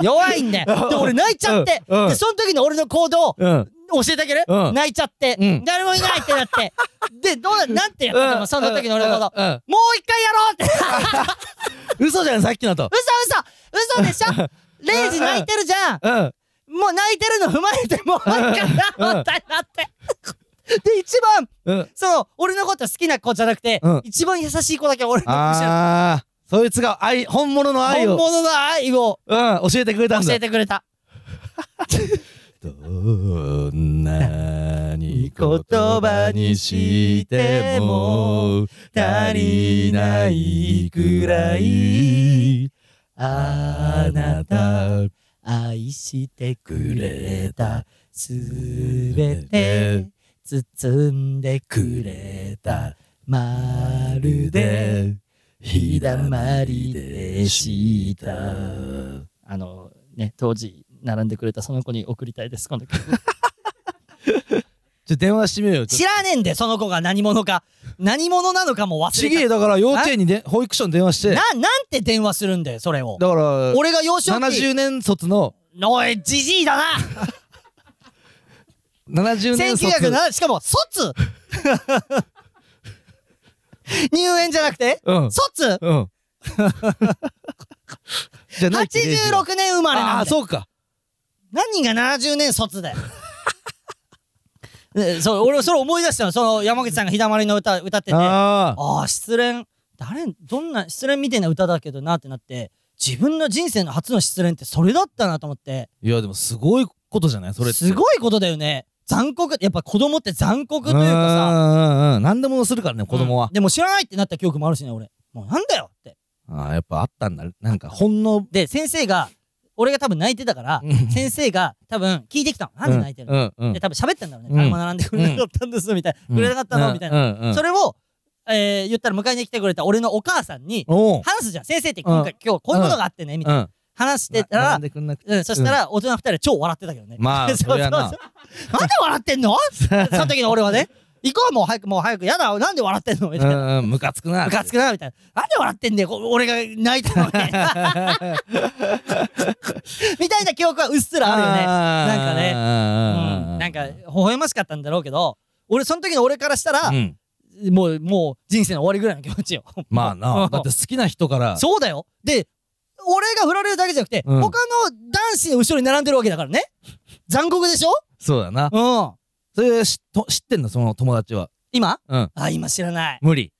弱いんだよで俺泣いちゃって、うんうんでその時の俺の行動をうん教えてあげる、うん泣いちゃって、うん誰もいないってなって でどうななんてやったのその時の俺のこと、うんうんもう一回やろうって嘘じゃんさっきのと嘘嘘嘘でしょレイジ泣いてるじゃんうんもう泣いてるの踏まえてもう一回やろうってなってで一番うんその俺のこと好きな子じゃなくて、うん一番優しい子だけ俺の後ろああそいつが愛本物の愛本を物の愛をうん教えてくれたん教だえてくれたどんな言に葉にしても足りないくらいあなた愛してくれたすべて包んでくれたまるでひだまりでしたあのね当時並んでくれたその子に送りたいですこの曲ちょ電話してみようよち知ょらねえんでその子が何者か何者なのかも忘ちげえれよだから幼稚園にで保育所に電話してただななんて電話するんだよそれをから俺が幼少期70年卒のおいじじいだな70年卒1907しかも卒入園じゃなくてうん卒うん じゃないってレイジは86年生まれあなんあだよそうか何が70年卒 だよねそう俺それ思い出したのその山口さんが「ひだまりの歌」歌っててああああー失恋誰どんな失恋みたいな歌だけどなってなって自分の人生の初の失恋ってそれだったなと思っていやでもすごいことじゃないそれってすごいことだよね残酷やっぱ子供って残酷というかさうんうんうん何でもするからね子供はうん、でも知らないってなった記憶もあるしね俺もうなんだよってああやっぱあったんだなんかほんので先生が俺が多分泣いてたからうん先生が多分聞いてきたのなんで泣いてるの、のうんうんで多分喋ったんだろうね、うん誰も並んでくれなかったんですみたいな、くれなかったのみたいな、なそれれを、えー言ったら迎えに来てくれた俺のお母さんにおう話すじゃん先生って今回、今日こういうことがあってねみたいな、うん話してたならん、でくんなくうん、そしたら大人二人は超笑ってたけどねま あそうそうそりゃなそうなんで笑ってん のその時の俺はね行こうもう早くもう早くやだなんで笑ってんのみたいな、うんうんムカつく なムカつくなみたいな。なんで笑ってんだよ、こ俺が泣いたの に。みたいな記憶はうっすらあるよね。なんかねねうん、なんか、微笑ましかったんだろうけど、俺、その時の俺からしたら、うんもう、もう、人生の終わりぐらいの気持ち よ。まあう なんだって好きな人からそうだよ。で、俺が振られるだけじゃなくて、うん他の男子の後ろに並んでるわけだからね。残酷でしょそうだなうん。それ知っと知ってんのその友達は今うんあ、今知らない。無理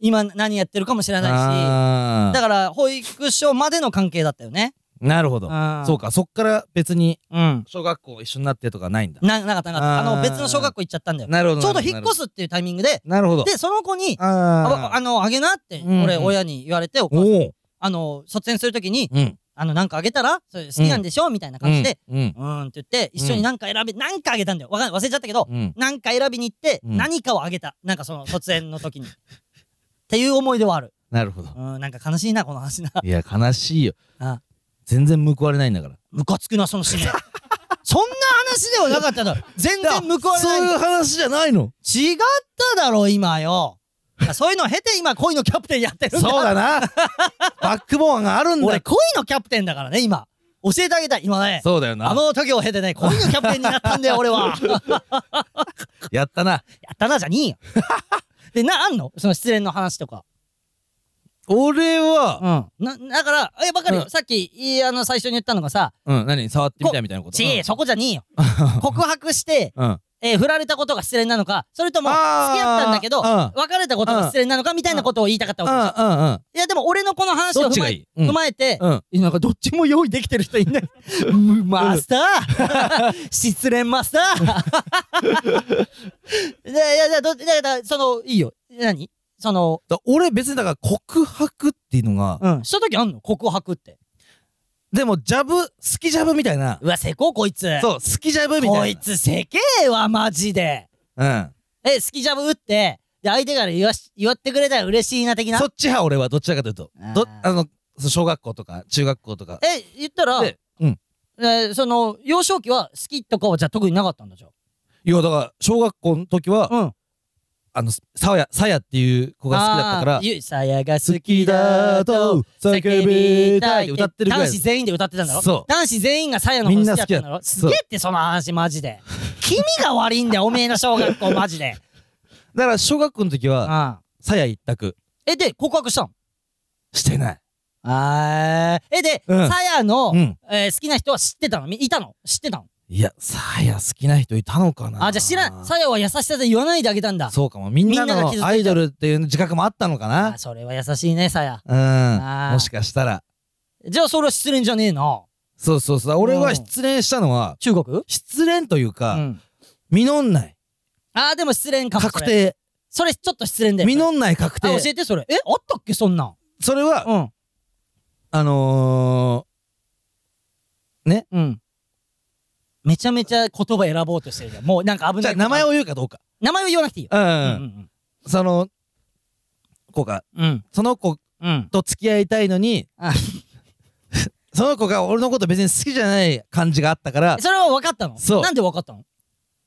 今何やってるかも知らないし。あだから、保育所までの関係だったよね。ーなるほどうんそうかそっから別にうん。小学校一緒になってとかないんだななかったなかった。あーあの、別の小学校行っちゃったんだよ。なるほどちょうど引っ越すすっていうタイミングで、なるほどで、その子に、ああーあの、あげなって、うん俺、親に言われて、お母さんおおあの卒園するときにうんあのなんかあげたらそれ好きなんでしょ、みたいな感じで、うんうーんって言って一緒になんか選べ、なんかあげたんだよわかんない忘れちゃったけど、うんなんか選びに行って、うん何かをあげたなんかその卒園の時にっていう思い出はあるなるほどうーんなんか悲しいなこの 話ないや悲しいよあ全然報われないんだからムカつくな その締めそんな話ではなかっただろ全然報われないそういう話じゃないの違っただろ今よそういうのを経て今恋のキャプテンやってるそんうだだ なバックボーンがあるんだ俺恋のキャプテンだからね今教えてあげたい今ねそうだよあなの時を経てね恋のキャプテンになったんだ よ俺はややったなったなじゃねえ よでなあんのその失恋の話とか俺はうんなだからえわかるよ、うんさっきいあの最初に言ったのがさうん何触ってみたいみたいなことちえ、うんそこじゃね えよ告白して、うんえー振られたことが失恋なのかそれとも付きあー合ったんだけどうん別れたことが失恋なのかみたいなことを言いたかったわけでしょうんうんうんいやでも俺のこの話をどっ踏ちまがえいいうん踏まえて、うんなんかどっちも用意できてる人いないうんマスター 失恋マスターいやいやいやどいやいやそのいいよ何そのだ俺別にだから告白っていうのが、うんした時あんの告白ってでもジャブ好きジャブみたいなうわせここいつそう好きジャブみこたいいなつせけえわマジでえ好きジャブ打ってで相手から言わし言わってくれたら嬉しいな的うんなそっち派俺はどちらかというとあーどあのそう小学校とか中学校とかえ言ったら、でうんえーその幼少期は好きとかはじゃあ特になかったんだじゃいやだから小学校の時は、あうんあのさやさやっていう子が好きだったからあーゆさやが好き好きだだとと叫叫びびたたいいって歌ってるぐらい男子全員で歌ってたんだろそう男子全員がさやのこと好きだったんだろすみんなげ好きだえってその話マジで君が悪いんだよおめえの小学校マジ でだから小学校の時はあさや一択えで告白したのしてないあーえでうんさやのうんえー好きな人は知ってたのみいたの知ってたのいやさや好きな人いたのかなあじゃあ知らんさやは優しさで言わないであげたんだそうかもみんなみんながの傷ついたアイドルっていう自覚もあったのかあなーそれは優しいねさやあうーんもしかしたらじゃあそれは失恋じゃねえなそうそうそう俺は失恋したのは中国う失恋というか、ん実んないあーでも失恋かも確それ定それちょっと失恋だよ実んない確あ定教えてそれえあったっけそんなんそれは、うんあのうんめちゃめちゃ言葉選ぼうとしてるじゃんもうなんか危ー、なじゃいあ名前をを言うかどうか名前を言わなくていいようん、ううん、んその子がうんうんその子うんと付き合いたいのにあ その子が俺のこと別に好きじゃない感じがあったからそれは分かったのそうなんで分かったの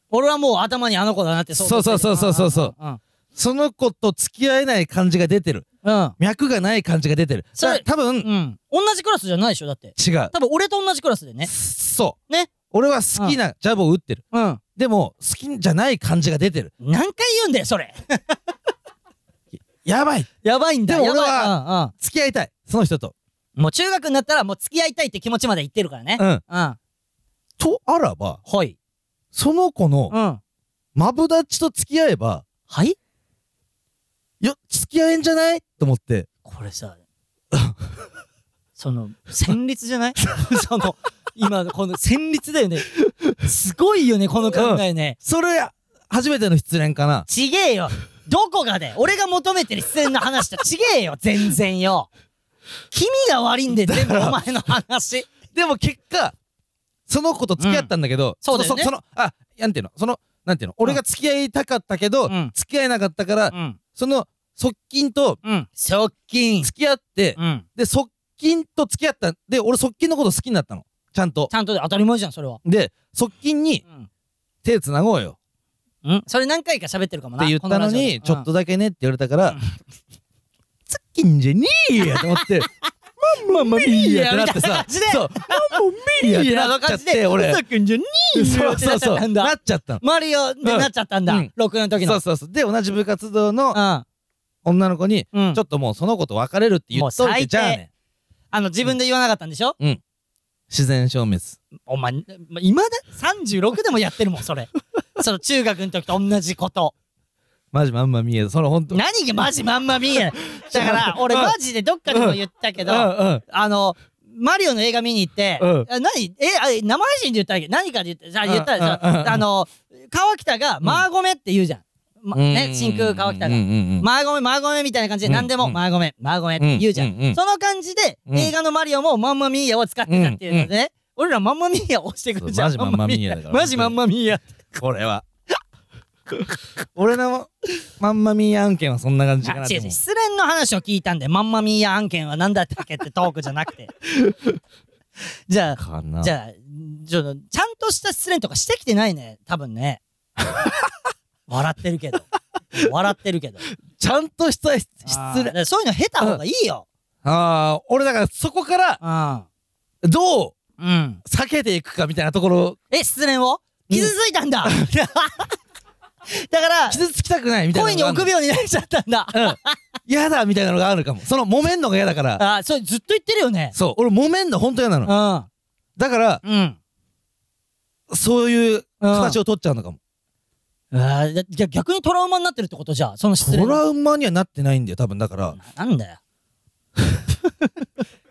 俺はもう頭にあの子だなってそうそうそうそうそううんその子と付き合えない感じが出てるうん脈がない感じが出てるそれだから多分、違うん同じクラスじゃないでしょだってう多分俺と同じクラスでねそうね俺は好きなジャブを打ってるうんでも好きじゃない感じが出てる何回言うんだよそれ やばいやばいんだでも俺はやばいうんうん付き合いたいその人ともう中学になったらもう付き合いたいって気持ちまで言ってるからねうんうんはとあらばいその子のうんマブダチと付き合えばはいよ付き合えんじゃないと思ってこれさその戦慄じゃ ないその今のこの戦慄だよねすごいよねこの考えね、それ初めての失恋かなちげえよどこがだよ俺が求めてる視線の話とちげえよ全然よ君が悪いんで全部お前の話でも結果その子と付き合ったんだけど、そうだよねそそのあなんていうのそのなんていうの俺が付き合いたかったけうど、ん付き合えなかったから、うんその側近とうん側近付き合って、うんで側近と付き合ったで俺側近のこと好きになったのちゃんとちゃんとで当たり前じゃんそれはで側近にうん、手つなごうようん、それ何回か喋ってるかもっなて言ったのにちょっとだけねって言われたから「つっきんじゃねえや」と 思って「まんまみーや」ってなってさみたいな感じでそう「まんまみーや」ってなっちゃって俺さくんじゃねえよそっうてなっそうちゃそったうんだなっちゃったのマリオってなっちゃったんだ、うん録音の時のそうそうそうで同じ部活動のうん女の子にうん「ちょっともうその子と別れる」って言っといもう最て低じゃあねあの自分で言わなかったんでしょ、自然消滅お前いまだ36でもやってるもんそ れその中学の時と同じことマジまんまみーやそのほんと何がマジまんま見えな いだから俺うんマジでどっかでも言ったけうんど、うんあのマリオの映画見に行って、うんあ何えあれ生配信で言ったっけ何かで言ったじゃあうん言ったらさ、うんうんうんあの川北が「マーゴメ」って言うじゃん、まうんね、真空乾きたうんがう。んうんマーゴメ、マーゴメみたいな感じで、うん何でも、うんマーゴメ、マーゴメって言うじゃうんうんうんん。その感じで、うん映画のマリオもマンマミーヤを使ってたっていうのでね、俺らマンマミーヤを押してくるじゃん。そうマジマンマミーヤだからマジマンマミーヤ。これは 俺のマンマミー案件はそんな感じかなあっ違てう思違うう失恋の話を聞いたんで、マンマミーヤ案件は何だったっけってトークじゃなくて。じゃあ、かなじゃあ、ちょっと、ちゃんとした失恋とかしてきてないね、多分ね。笑ってるけど。笑ってるけど。ちゃんとした失あーだ礼からそういうの下手方がいいよ。ああ俺だからそこからうん。どううん。避けていくかみたいなところえ、失恋を傷ついたん だだから、傷つきたくないみたいな恋にのがある臆病になっちゃったん だ。嫌だみたいなのがあるかもその揉めんのが嫌だからあ、それずっと言ってるよね。そう俺揉めんのほんと嫌なうのん。だからうん。そういう形を。を取っちゃうのかもあーじゃあ逆にトラウマになってるってことじゃあ、その失恋トの。ラウマにはなってないんだよ多分だからなんだよ。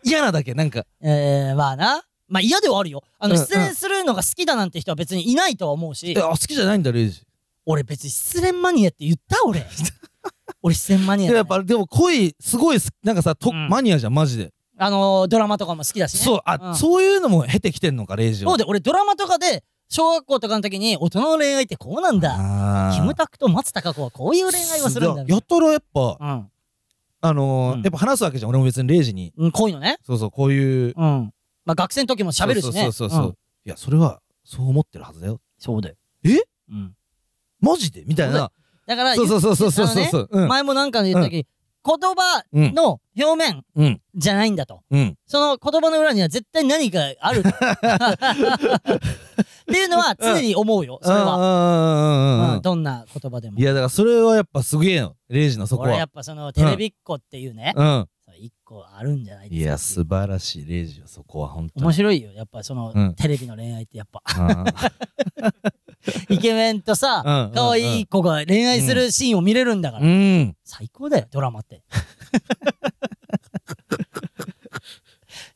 嫌なだけなんかえー、まあな。まあ嫌ではあるよ。あの、うん失恋するのが好きだなんて人は別にいないとは思うしえ、あ好きじゃないんだレイジ俺別に失恋マニアって言った 俺。俺失恋マニアでだもね、やっぱでも恋すごいすなんかさとうんマニアじゃんマジであのードラマとかも好きだしね。そううあんそういうのも経てきてんのかレイジはそうで、俺ドラマとかで、小学校とかの時に大人の恋愛ってこうなんだ。あーキムタクと松たか子はこういう恋愛をするんだみたいやったらやっぱな。うんあのうんーやっぱ話すわけじゃん俺も別にレイジにうん。こういうのね。そうそうこういううん。まあ学生の時も喋るしね。そうそうそうそううんいやそれはそう思ってるはずだよそうだよ。えうん。マジでみたいなだから、そうそうそうそうそうそうそううん前もなんかで言った時、言葉の表面うんじゃないんだと。うんその言葉の裏には絶対何かあ ると。っていうのは常に思うよ。それは。はうんうんうんうんどんな言葉でもい。やだからそれはやっぱすげえのレイジのそこ俺やはっぱそのテレビっ子っていうね、うんその一個あるんじゃないいでやすかってい素う。晴らしいレイジはそこは本当面に白いよ。やっぱその、うんテレビの恋愛ってやっぱ あーイケメンとさ、うんうんうん可愛い子が恋愛するシーンを見れるんだから、 うん最高だよ、ドラマって。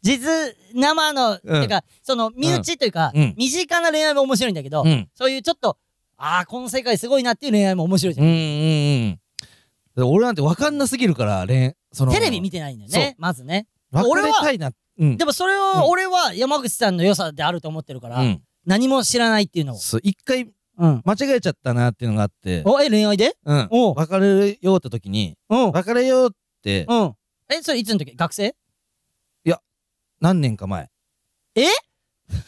実生の、っていうかその身内というか、うん身近な恋愛も面白いんだけど、うんそういうちょっとああこの世界すごいなっていう恋愛も面白いじゃ、うんんうんうん。俺なんて分かんなすぎるから、れそのテレビ見てないんだよそうねまずね別れたいな。うん。でもそれうんを俺は山口さんの良さであると思ってるから、うん何も知らないっていうのを。そう一回うん。間違えちゃったなっていうのがあって、お、え、恋愛でうん。おう別れようって時に、うん。別れようってうん。え、それいつの時学生何年か前。大人に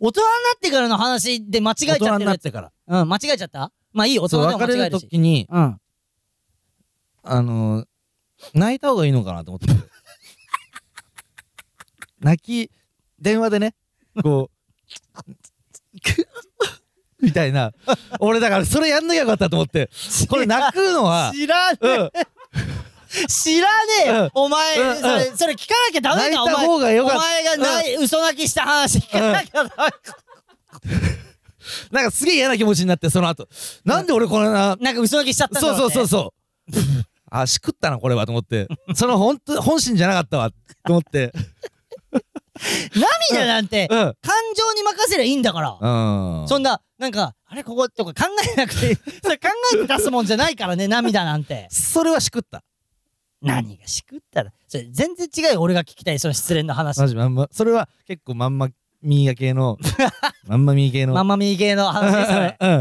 なってからの話で間違えちゃ大ってる人やつになってから。うん、間違えちゃったまあいい、大そう、人でも別間れ違えるるし。時に、うん。あのー、泣いた方がいいのかなと思って。 泣き、電話でね、こう、 みたいな。俺だからそれやんなきゃよかったと思って。これ泣くの は、知らねうん。え、知らねえうんよお前、うんうんそれ、それ聞かなきゃダメ泣いだ、おた前。方がおよかっ前がない、嘘泣きした話聞かなきゃダメ。た。なんかすげえ嫌な気持ちになって、その後。なんで俺これな、なんか嘘泣きしちゃったんだそうろそうねそうそう。あ、しくったな、これは、と思って。その本当、本心じゃなかったわ、と思って。涙なんて、うん。感情に任せりゃいいんだから。うん。そんな、なんか、あれこことか考えなく て、それ考えて出すもんじゃないからね、涙なんて。それはしくった。何がしくったら、それ全然違うよ、俺が聞きたい、その失恋の話。マジまんま。それは結構まんまミーヤ系の、まんまミー系の。マンマミー系の話 です、それうんう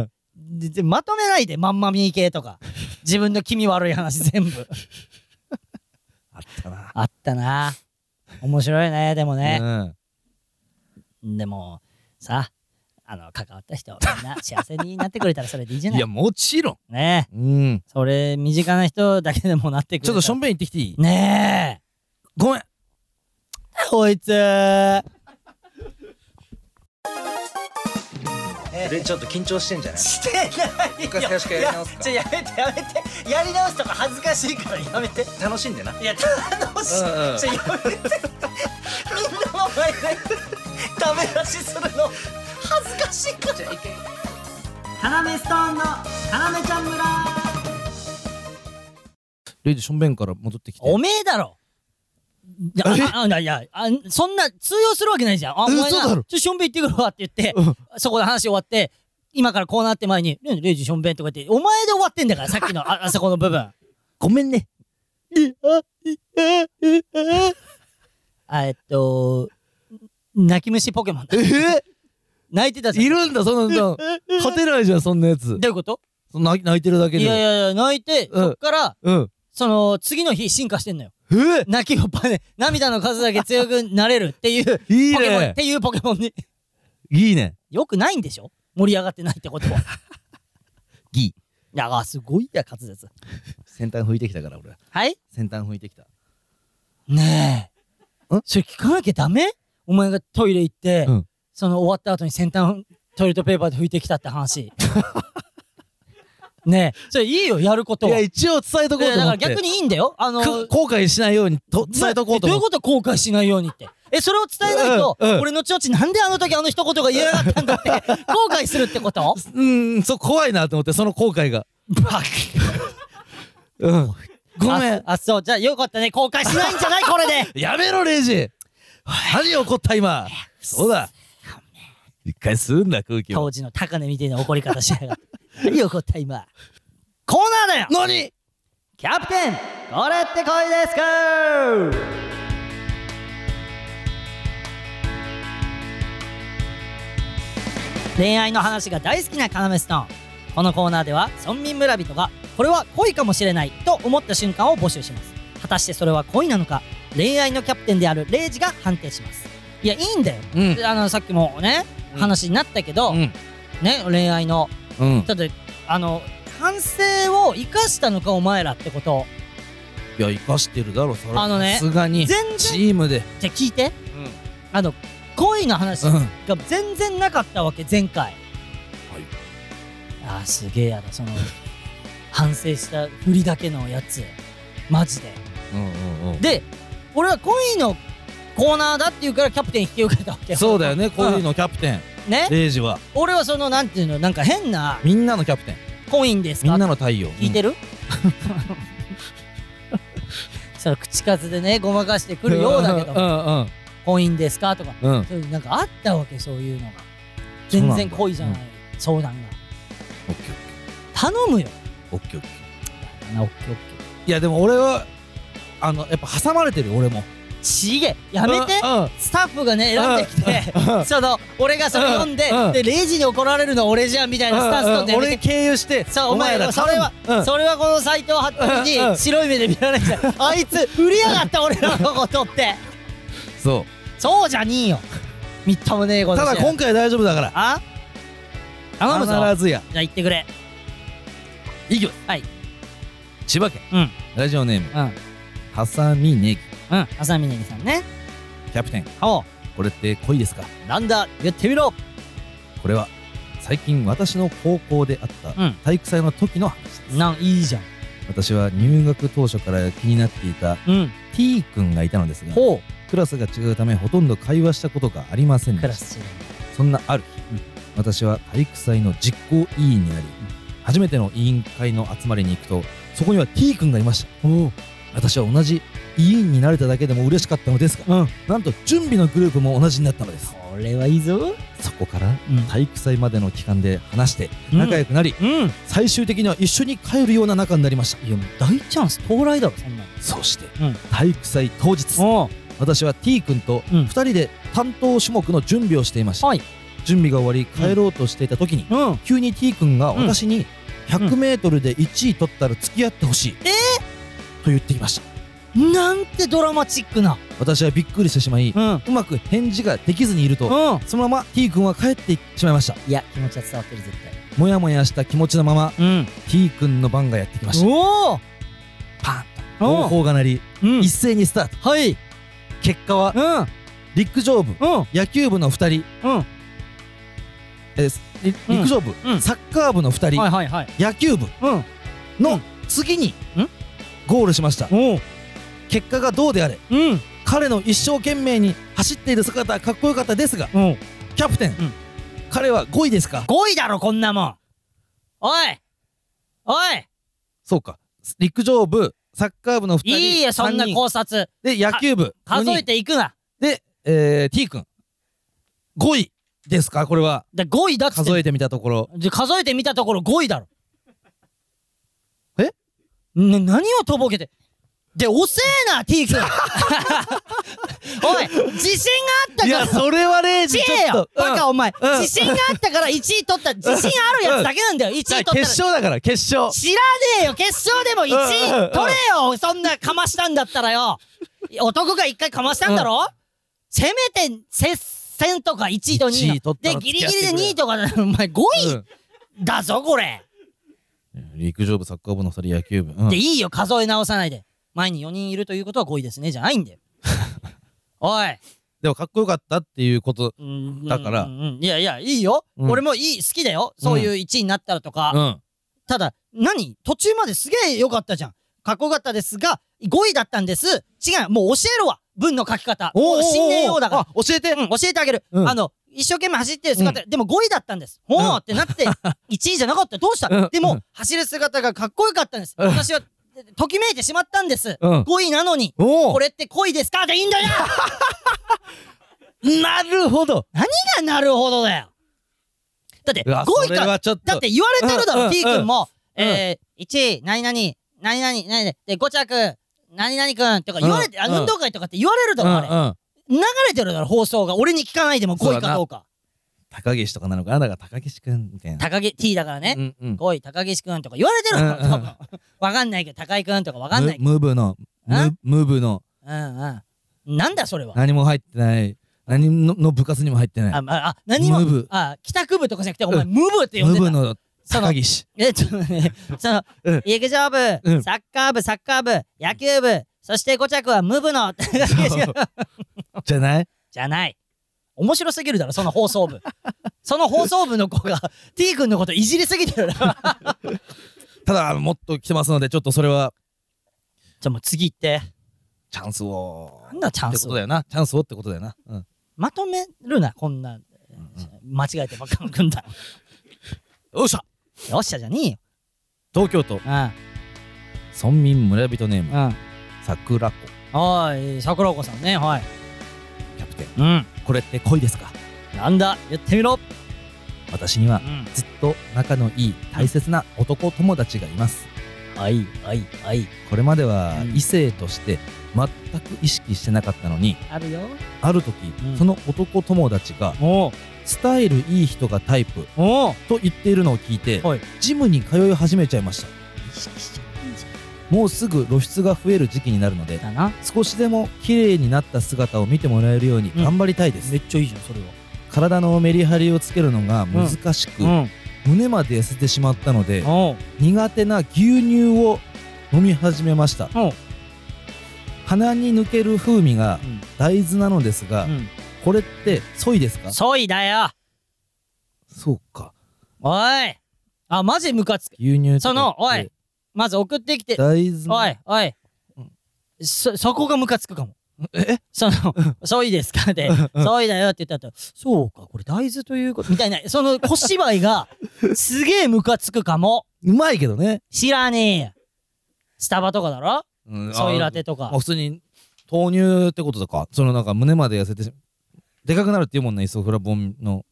ん。ででまとめないで、マンマミー系とか。自分の気味悪い話全部。あったな。あったな。面白いね、でもねう。ん。でも、さ、あの、関わった人、みんな幸せになってくれたらそれでいいじゃないいや、もちろねえん。うん。それ、身近な人だけでもなってくれちょたらっとしょんべん行ってきていいねえ。ごめん。こいつえ、ちょっと緊張してんじゃないしてないよ一回最初からやり直すかいやちょやめてやめてやり直すとか恥ずかしいからやめて楽しんでな。いや楽しい、うんうんちょやめてみんなの前でダメ出しするの恥ずかしいからカナメストーンのカナメちゃん村レイジ、しょんべんから戻ってきて。おめえだろいやああいやいやあそんな通用するわけないじゃんあお前嘘だろなちょしょんべん行ってくるわって言ってうんそこで話終わって今からこうなって前に、ねレイジションベンとか言って、お前で終わってんだから、さっきの、あ、あそこの部分。ごめんね。あえっと、泣き虫ポケモンだえ。泣いてたじゃん。 いるんだ、そんなの。勝てないじゃん、そんなや つ。どういうことそんな泣いてるだけいやいで。やいや、泣いて、うんそっから、うん。その、次の日進化してんの よ。え泣きをパネ、涙の数だけ強くなれるっていう、ポいいケモン、っね。ていうポケモンに。 いいね。よくないんでしょ盛り上がってないってことは。 ギー。いや、すごいや、滑舌。先端吹いてきたから、俺。はい先端吹いてきた。ねえ。んそれ聞かなきゃダメお前がトイレ行って、うんその終わった後に先端トイレットペーパーで拭いてきたって 話。ねえ、それいいよ、やることいは。や、一応伝えといこうやとだ思からって。逆にいいんだよ。あのく後悔しないようにと伝えとこうとなどうい思っうて。こと後悔しないようにって。え、それを伝えないと、うんうん俺のちょちなんであの時あの一言が言えなかったんだ って、後悔するってことうーん、そう、怖いなと思って、その後悔が。うん。 ごめあん。あ、そう、じゃあよかったね。後悔しないんじゃないこれで。やめろ、レイジ何怒った、今そうだ一回吸うんだ、空気を。当時の高値みたいな怒り方しながら。何怒った今。コーナーだよ何キャプテンこれって恋ですか恋愛の話が大好きなカナメストーンこのコーナーでは村民村人がこれは恋かもしれないと思った瞬間を募集します果たしてそれは恋なのか恋愛のキャプテンであるレイジが判定しますいやいいんだよ、うん。あのさっきもねうん話になったけど、うん。ね恋愛のうん。ちょっとあの反省を生かしたのかお前らってこといや、生かしてるだろ、それ。あのねさすがに。全チ然ームで。じゃあ聞いてうんあの恋の話うがん。全然なかったわけ前回あーすげえやだその 反省した振りだけのやつマジでうんうんうん。で俺は恋のコーナーだっていうからキャプテン引き受けたわけよそうだよね、こういうのキャプテン。ねレイジは。俺はそのなんていうのなんか変なみんなのキャプテン。恋んですみかんなの太陽。聞いてる、 その口数でねごまかしてくるようだけどうん恋んですかとかうんうん。そういうなんかあったわけそういうのがそうなん全だ然恋じゃない相談がオッケー頼むよオッケーオッケー。なオッケーオッいやでも俺はあのやっぱ挟まれてるよ俺もケーちげえやめてうんうんスタッフがね選んできうんうてんその俺がそれ読んでうんで0時に怒られるのは俺じゃんみたいなスタンス取ってや俺めにて経由してさあお前らそれは頼むうんそれはこの斎藤八うんう斗んに白い目で見られちゃうあいつ振りやがった俺らのことってそそうじゃねえよみっともねえこうとただして今回大丈夫だからあ頼むぞ必ずやじゃあ言ってくれいきはい千葉県うんラジオネームうんハサミネギうん浅見ねぎさんねキャプテンおうこれって恋ですかなんだ言ってみろこれは最近私の高校であったうん体育祭の時の話ですなんいいじゃん私は入学当初から気になっていたうん T 君がいたのですがほクラスが違うためほとんど会話したことがありませんうでクしラたス違うそんなある日、私は体育祭の実行委員になり、初めての委員会の集まりに行くと、そこには T 君がいました。私は同じ委員になれただけでも嬉しかったのですが、うんなんと準備のグループも同じになったのです。これはいいぞそこからうん体育祭までの期間で話して仲良くなり、うん最終的には一緒に帰るような仲になりました。いやもう大チャンス到来だろそんなそして、うん体育祭当日、のおう私は T 君とうん2人で担当種目の準備をしていました。はい準備が終わり帰ろうとしていた時に、うん急に T 君がうん私に 100m で1位取ったら付き合ってほしい、えと言ってきましたなんてドラマチックな私はびっくりしてしまい、うんうんうまく返事ができずにいると、そのまま T 君は帰ってしまいましたいや気持ちは伝わってる絶対もやもやした気持ちのままうん T 君の番がやってきましたおおパーンとおう号砲が鳴り、うん一斉にスタートはい結果はうん陸上部うん野球部の2人うんえーすりうん陸上部、うんサッカー部の2人、はいはいはい野球部うんの次にうんゴールしましたおう結果がどうであれうん彼の一生懸命に走っている姿はかっこよかったですがうんキャプテン、ん彼は5位ですか5位だろこんなもんおいおいそうか陸上部サッカー部の2人いいよそんな3人考察で野球部数4え人ていくなで、えー、T 君5位ですかこれはだ5位だっつってん数のえてみたところじゃ数えてみたところ5位だろ。えな、何をとぼけて。で、遅えな、T 君おい、自信いがあやったから。それはねちちえょっよとバカお前、うん自信があったから1位取った自信あるやつだけなんだよ1位取ったら決勝だから決勝知らねえよ決勝でも1うんうんう位ん取れよそんなかましたんだったらよ男が1回かましたんだろせめて接戦とか1位と2一位位の取ったでらギ付リきギ合ってくれリで2位とかだお前5位うんだぞこれ陸上部サッカー部の2人野球部うんで、いいよ、数え直さないで。前に4人いるということは5位ですね、じゃないんだ よ。おい、でもかっこよかったっていうことうん だからうんうんいやいや、いいよ。うん俺もいい、好きだよ。そういう1位になったらとか。うんただ、何途中まですげえ良かったじゃん。かっこよかったですが、5位だったんです。違う、もう教えるわ。文の書き方。もう新年用だから。あ教えてうん、教えてあげる。うんあの、一生懸命走ってる姿、でも5位だったんです。ほうんーってなって、1位 じゃなかった。どうした、うんでうもん、走る姿がかっこよかったんです。うん私は、ときめいてしまったんです。うん5位なのに、おこおれって恋ですかでいいん だよなるほど何がなるほどだよだって、うわ5位それか、はちょっとだって言われてるだうんうろ、ん T 君も。うんえー、1位、何々、何々、何々、で、5着、何々君とか言われて、うんあうん運動会とかって言われるだろ、あれ。うんうん流れてるだろ、放送が。俺に聞かないでも5位かどうか。高岸とかなのかなだから高岸くんみたいな高木、T だからね。うんうん5位、高岸君とか言われてるだろ、多分。わかんないけど、高井君とかわかんないけど。ムムーブのあムムーブのうんうん。なんだ、それは。何も入ってない何のの部活にも入ってなあ、いまあ、あ何もムーブ、あ、帰宅部とかじゃなくて、お前、うムブって呼んムでーたブ。のその高岸え、ちょっとね、 そのうん、陸上部う、んサッカー部、サッカー部、野球部、そして5着はムブの、じゃない じゃない。面白すぎるだろ、その放送 部。その放送部の子が、T 君のこといじりすぎ てるな。ただもっと来てますのでちょっとそれはじゃあもう次行って。チャンスをなんだチャンってスことだよなチャンスをってことだよなうんまとめるな、こんな。間違えてばっかの組んだ。よっしゃよっしゃじゃねえよ。東京都う村民村人ネームん、うん。桜子おい、桜子さんね、はい。キャプテンうん。これって恋ですかなんだ、言ってみろ。私にはうん。ずっと仲のいい大切な男友達がいますはい、はい、はい。これまではうん異性として全く意識してなかったのにあるよ。ある時、うんその男友達がおう、スタイルいい人がタイプおう。と言っているのを聞いて、はいジムに通い始めちゃいました意識しちゃってんじもうすぐ露出が増える時期になるのでゃん。だな。少しでも綺麗になった姿を見てもらえるようにうん頑張りたいです、っちゃいいじゃん、それは。体のメリハリをつけるのが難しく、うん。胸まで痩せてしまったのでおう。苦手な牛乳を飲み始めましたおう。鼻に抜ける風味がうん。大豆なのですが、うん。これってソイですかそいだよ。そうかおい。あ、マジムカつく。牛乳とかその、おえい。まず送ってきて。大豆のおい、おい。そ、そこがムカつくかも。えその、そういですかで、そういだよって言った後、そうか、これ大豆ということ、みたいな、その小芝居が、すげえムカつくかも。うまいけどね、知らねえよ。スタバとかだろうんソイラテとかあ。普通に豆乳ってことだかそのなんか胸まで痩せてしでかくなるっていうもんねイソフラボンの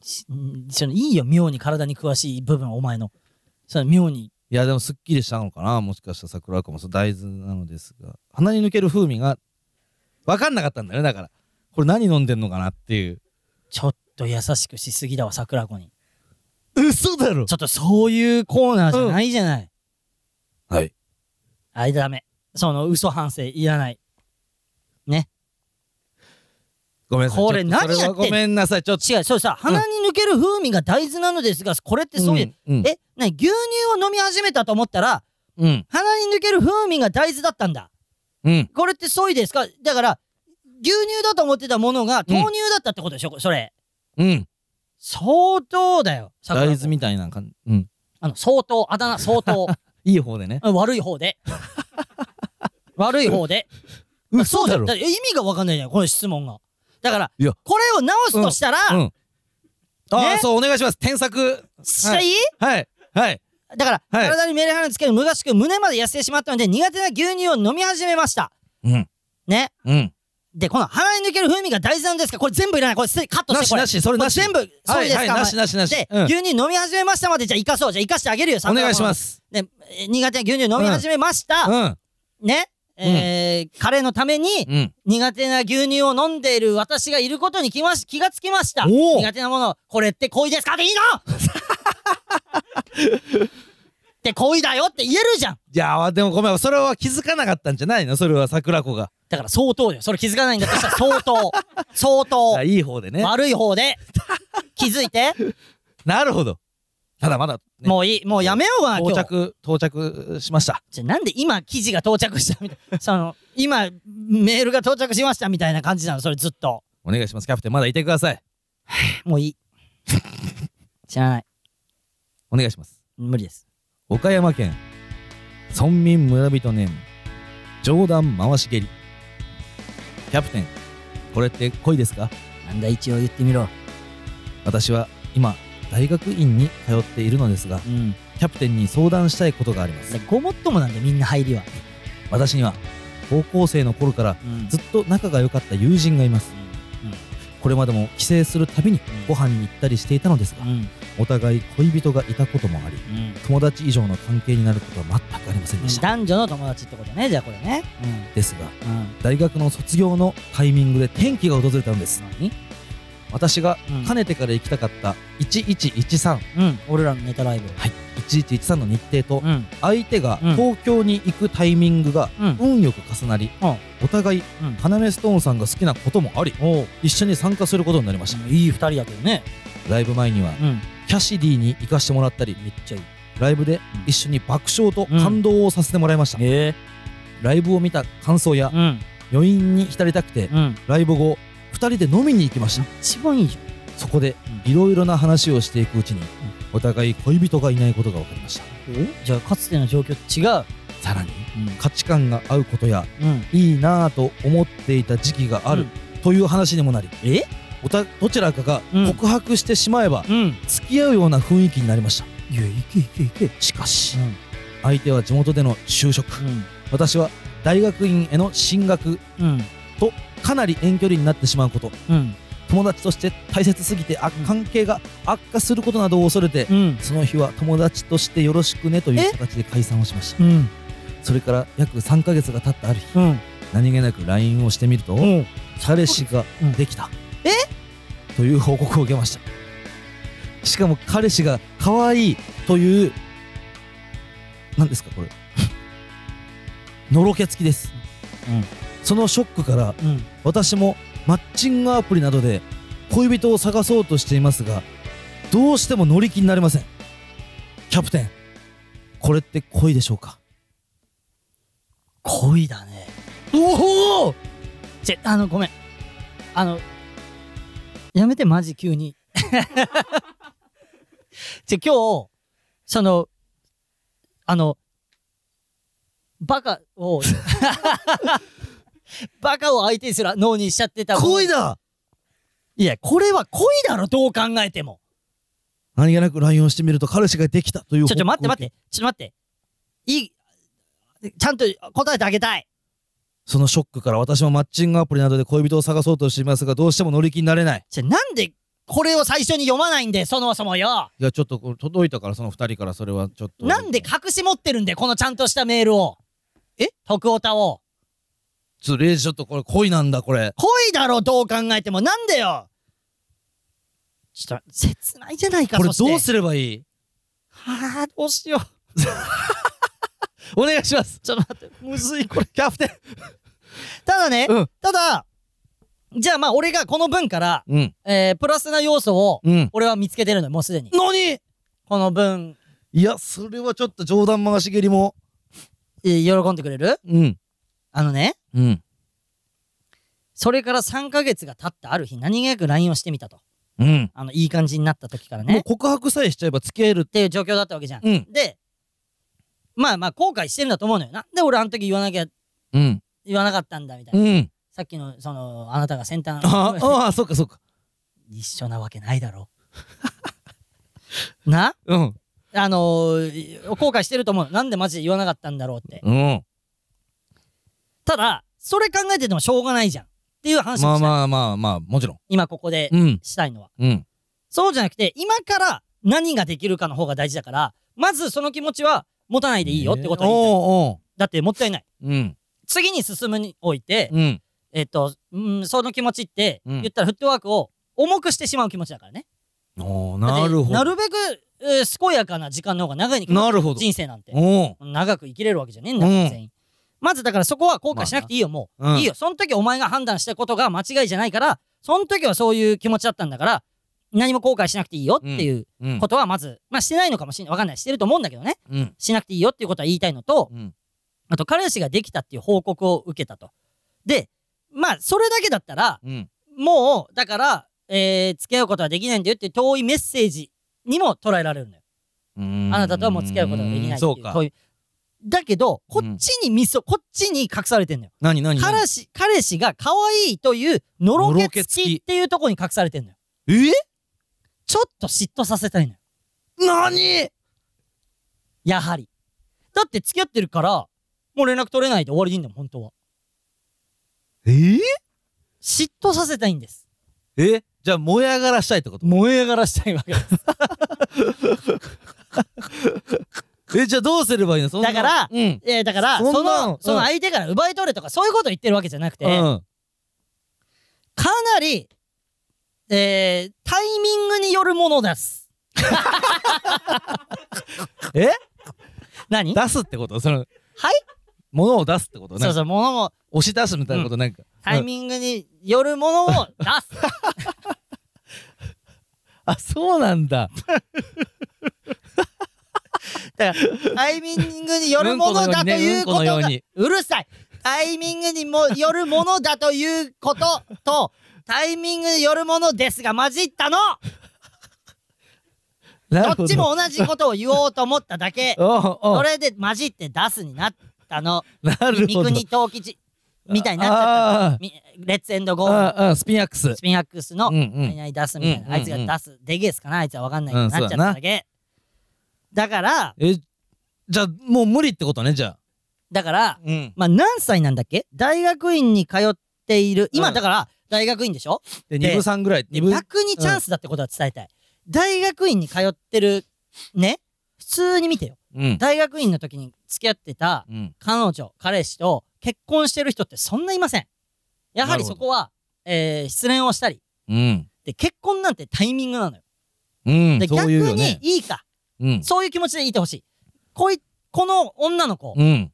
しんそのいいよ、妙に体に詳しい部分はお前の。その妙に。いやでもすっきりしたのかなもしかしたら桜子もそう大豆なのですが鼻に抜ける風味が分かんなかったんだよねだからこれ何飲んでんのかなっていうちょっと優しくしすぎだわ、桜子に。嘘だろちょっとそういうコーナーじゃないじゃない。はいあれダメ。その嘘反省いらない。ごめんなさいこれちょっと何そやはってんごめんなさいちょっと違う、そうさ、鼻に抜ける風味が大豆なのですが、これってそういう、うん、うんえ、なに牛乳を飲み始めたと思ったら、うん鼻に抜ける風味が大豆だったんだ。うんこれってそうですかだから、牛乳だと思ってたものが豆乳だったってことでしょ、それ。うん相当だよ、大桜子豆みたいな感じうんあの、相当、あだ名相当。いい方でねうん悪い 方で。悪い方で。嘘だろって意味が分かんないじゃん、この質問が。だからいや、これを直すとしたら、うんうんああ、ねそうお願いします添削したい、はいはいだから、はい体にメリハリをつける昔く胸まで痩せてしまったので、苦手な牛乳を飲み始めました。うんね。うんで、この鼻に抜ける風味が大事なんですかこれ全部いらない。これすカットしてなこしれ。なし、それこれなし。全部、そうですか、はいはい、なしなしなし。で、うん牛乳飲み始めましたまで、じゃあ生かそう。じゃあ生かしてあげるよ、。お願いしますす。ね、えー苦手な牛乳飲み始めました。うん。ね。えー彼のためにうん。苦手な牛乳を飲んでいる私がいることに気まし気がつきました。おー苦手なもの、これって恋ですかっていいのって恋だよって言えるじゃん。いやー、でもごめん、それは気づかなかったんじゃないのそれは桜子が。だから相当だよ。それ気づかないんだとしたら相 当。相当あ。いい方でね。悪い方で。気づいて。なるほど。ただまだ、ねもういい。もうやめようかな、今到日。着、到着しました。じゃあなんで今記事が到着したみたいな。その、今メールが到着しましたみたいな感じなの、それずっと。お願いします、キャプテン。まだいてください。もういい。 知らない。お願いします。無理です。岡山県、村民村人ネーム、冗談回し蹴り。キャプテン、これって恋ですかなんだ、一応言ってみろ。私は今、大学院に通っているのですが、うん。キャプテンに相談したいことがあります。ごもっともなんで、みんな入りは。私には、高校生の頃からうんずっと仲が良かった友人がいます。これまでも帰省するたびにご飯に行ったりしていたのですが、ん。お互い恋人がいたこともあり、うん。友達以上の関係になることは全くありませんでした。男女の友達ってことね、じゃあこれね。うん。ですが、うん。大学の卒業のタイミングで転機が訪れたのです。何私がうんかねてから行きたかった1113、うん。俺らのネタライブ。はい、1113の日程と、うん。相手がうん東京に行くタイミングがうん。運よく重なり、うんお互い、うん要ストーンさんが好きなこともあり、一緒に参加することになりました。いい二人だけどね。ライブ前には、うん。キャシディに行かしてもらったり、めっちゃいい。ライブで一緒に爆笑と感動をさせてもらいました、えライブを見た感想やうん。余韻に浸りたくてうん。ライブ後2人で飲みに行きました一番いいじそこでいろいろな話をしていくうちにお互い恋人がいないことが分かりましたゃん。じゃあ、かつての状況と違う。さらに価値観が合うことやうん。うん。いいなぁと思っていた時期がある、うんという話にもなりえおたどちらかがうん告白してしまえばうん。付き合うような雰囲気になりましたいや、いけいけいけ。しかしうん。相手は地元での就職私は大学院への進学うん。かなり遠距離になってしまうことうん。友達として大切すぎてあうん関係が悪化することなどを恐れて、うん。その日は友達としてよろしくねといえう形で解散をしましたうん。それから約3ヶ月が経ったある日うん。何気なく LINE をしてみると、うん。彼氏がうんできた、えという報告を受けましたしかも彼氏が可愛いという何ですかこれ のろけつきです、うんそのショックからうん。私もマッチングアプリなどで恋人を探そうとしていますがどうしても乗り気になれませんキャプテンこれって恋でしょうか恋だね。おおちぇ、あの、ごめん。あの、やめて、マジ急 に。ちぇ、今日、その、あの、バカ を、バカを相手にする脳にしちゃってたもん恋だいや、これは恋だろ、どう考えても。何気なく LINE をしてみると彼氏ができたというちょ、ちょ、報待っ告て待っを受けて。ちょっと待って。いい、ちゃんと答えてあげたい。そのショックから私もマッチングアプリなどで恋人を探そうとしていますがどうしても乗り気になれないじゃ、なんで、これを最初に読まないんで、そもそもよ。いやちょっとこれ届いたからその二人からそれはちょっとなんで隠し持ってるんで、このちゃんとしたメールを。え徳太を。ちょっとレイジちょっとこれ恋なんだこれ恋だろ、どう考えても。なんでよちょっと、切ないじゃないか、これそしてどうすればいいはあ、どうしよう。お願いしますちょっと待って、むずい、これ。キャプテンただね、うんただ、じゃあまあ、俺がこの文から、うんえー、プラスな要素を、うん俺は見つけてるのよ、もうすでに。何この文、いや、それはちょっと冗談回し蹴りも。えー喜んでくれるうん。あのね、うん。それから3ヶ月が経ったある日、何気なく LINE をしてみたと。うん。あの、いい感じになった時からもねう。告白さえしちゃえば付き合えるっ。ていう状況だったわけじゃん。うん。で、まあまあ後悔してるんだと思うのよ。なんで俺あの時言わなきゃ、うん。言わなかったんだみたいな。うん。さっきの、その、あなたが先端。ああ、あそっかそっか。一緒なわけないだろ。 なうん。あのー後悔してると思う。なんでマジで言わなかったんだろうって。うん。ただ、それ考えててもしょうがないじゃん。っていう話をしたい、まあまあまあまあ、もちろん。今ここでうん。したいのは。うん。そうじゃなくて、今から何ができるかの方が大事だから、まずその気持ちは持たないでいいよってことに、おだってもったいない。うおう。うん。次に進むにおいて、うん。えっと、うん、その気持ちって、うん言ったらフットワークを重くしてしまう気持ちだからね。おーだってなるほなど。るべく、えー健やかな時間の方が長いに決まなるほど。人生なんて。おう長く生きれるわけじゃねえんだから、うん全員。まずだからそこは後悔しなくていいよ、もう。まあないいよ、その時お前が判断したことが間違いじゃないから、その時はそういう気持ちだったんだから、何も後悔しなくていいよっていううん。ことはまず、まあしてないのかもしれない。わかんない。してると思うんだけどね。うん。しなくていいよっていうことは言いたいのと、うん。あと彼氏ができたっていう報告を受けたと。で、まあそれだけだったら、うん。もう、だから、えー付き合うことはできないんだよっていう遠いメッセージにも捉えられるのよ。うんあなたとはもう付き合うことができないっていんう。そうかこ。ういうだけど、こうんっちにミソ、こっちに隠されてんのよ。何何何彼氏、彼氏が可愛いという、のろのろけけつつききっていうところに隠されてんのよ。えちょっと嫉妬させたいのよ。何やはり。だって付き合ってるから、もう連絡取れないで終わりでいいんだもん、本当は。え嫉妬させたいんです。えじゃあ燃え上がらしたいってこと燃え上がらしたいわけです。えじゃあどうすればいいのそんなだからうんえーだから、そそんなのん、そうのん相手から奪い取れとか、そういうこと言ってるわけじゃなくて、うんかなり、えータイミングによるものです。え何出すってことそのはい物を出すってことそううそう、ものも、押し出すみたいなことなんかタイングミングによるものを 出す。あそうなんだだから、タイミングによるものだということうんこのようが、にねうるさい。タイミングにもよるものだということ と、タイミングによるものですが混じったのなるほどっちも同じことを言おうと思っただけ。おうおそうれで混じって出すになったの。なる三ほど国藤吉みたいになっちゃったあのみ。レッツエンドゴーあああスピンアックススピンアックスのうん何々出すみたいうんな。あいつが出す。デゲスかなあいつはわかんないけどうんなっちゃっただけ。だから、えじゃあもう無理ってことねじゃあだから、うんまあ、何歳なんだっけ大学院に通っている、今うんだから大学院でしょ、でで2部3ぐらい二部逆にチャンスだってことは伝えたい。大学院に通ってる、ね、普通に見てよ。うん大学院の時に付き合ってたうん彼女、彼氏と結婚してる人ってそんないません。やはりなそるほどこは、えー失恋をしたり。うんで、結婚なんてタイミングなのよ。うんで、そういうよ逆にねいいか。うんそういう気持ちでいてほしい。こい、この女の子、うん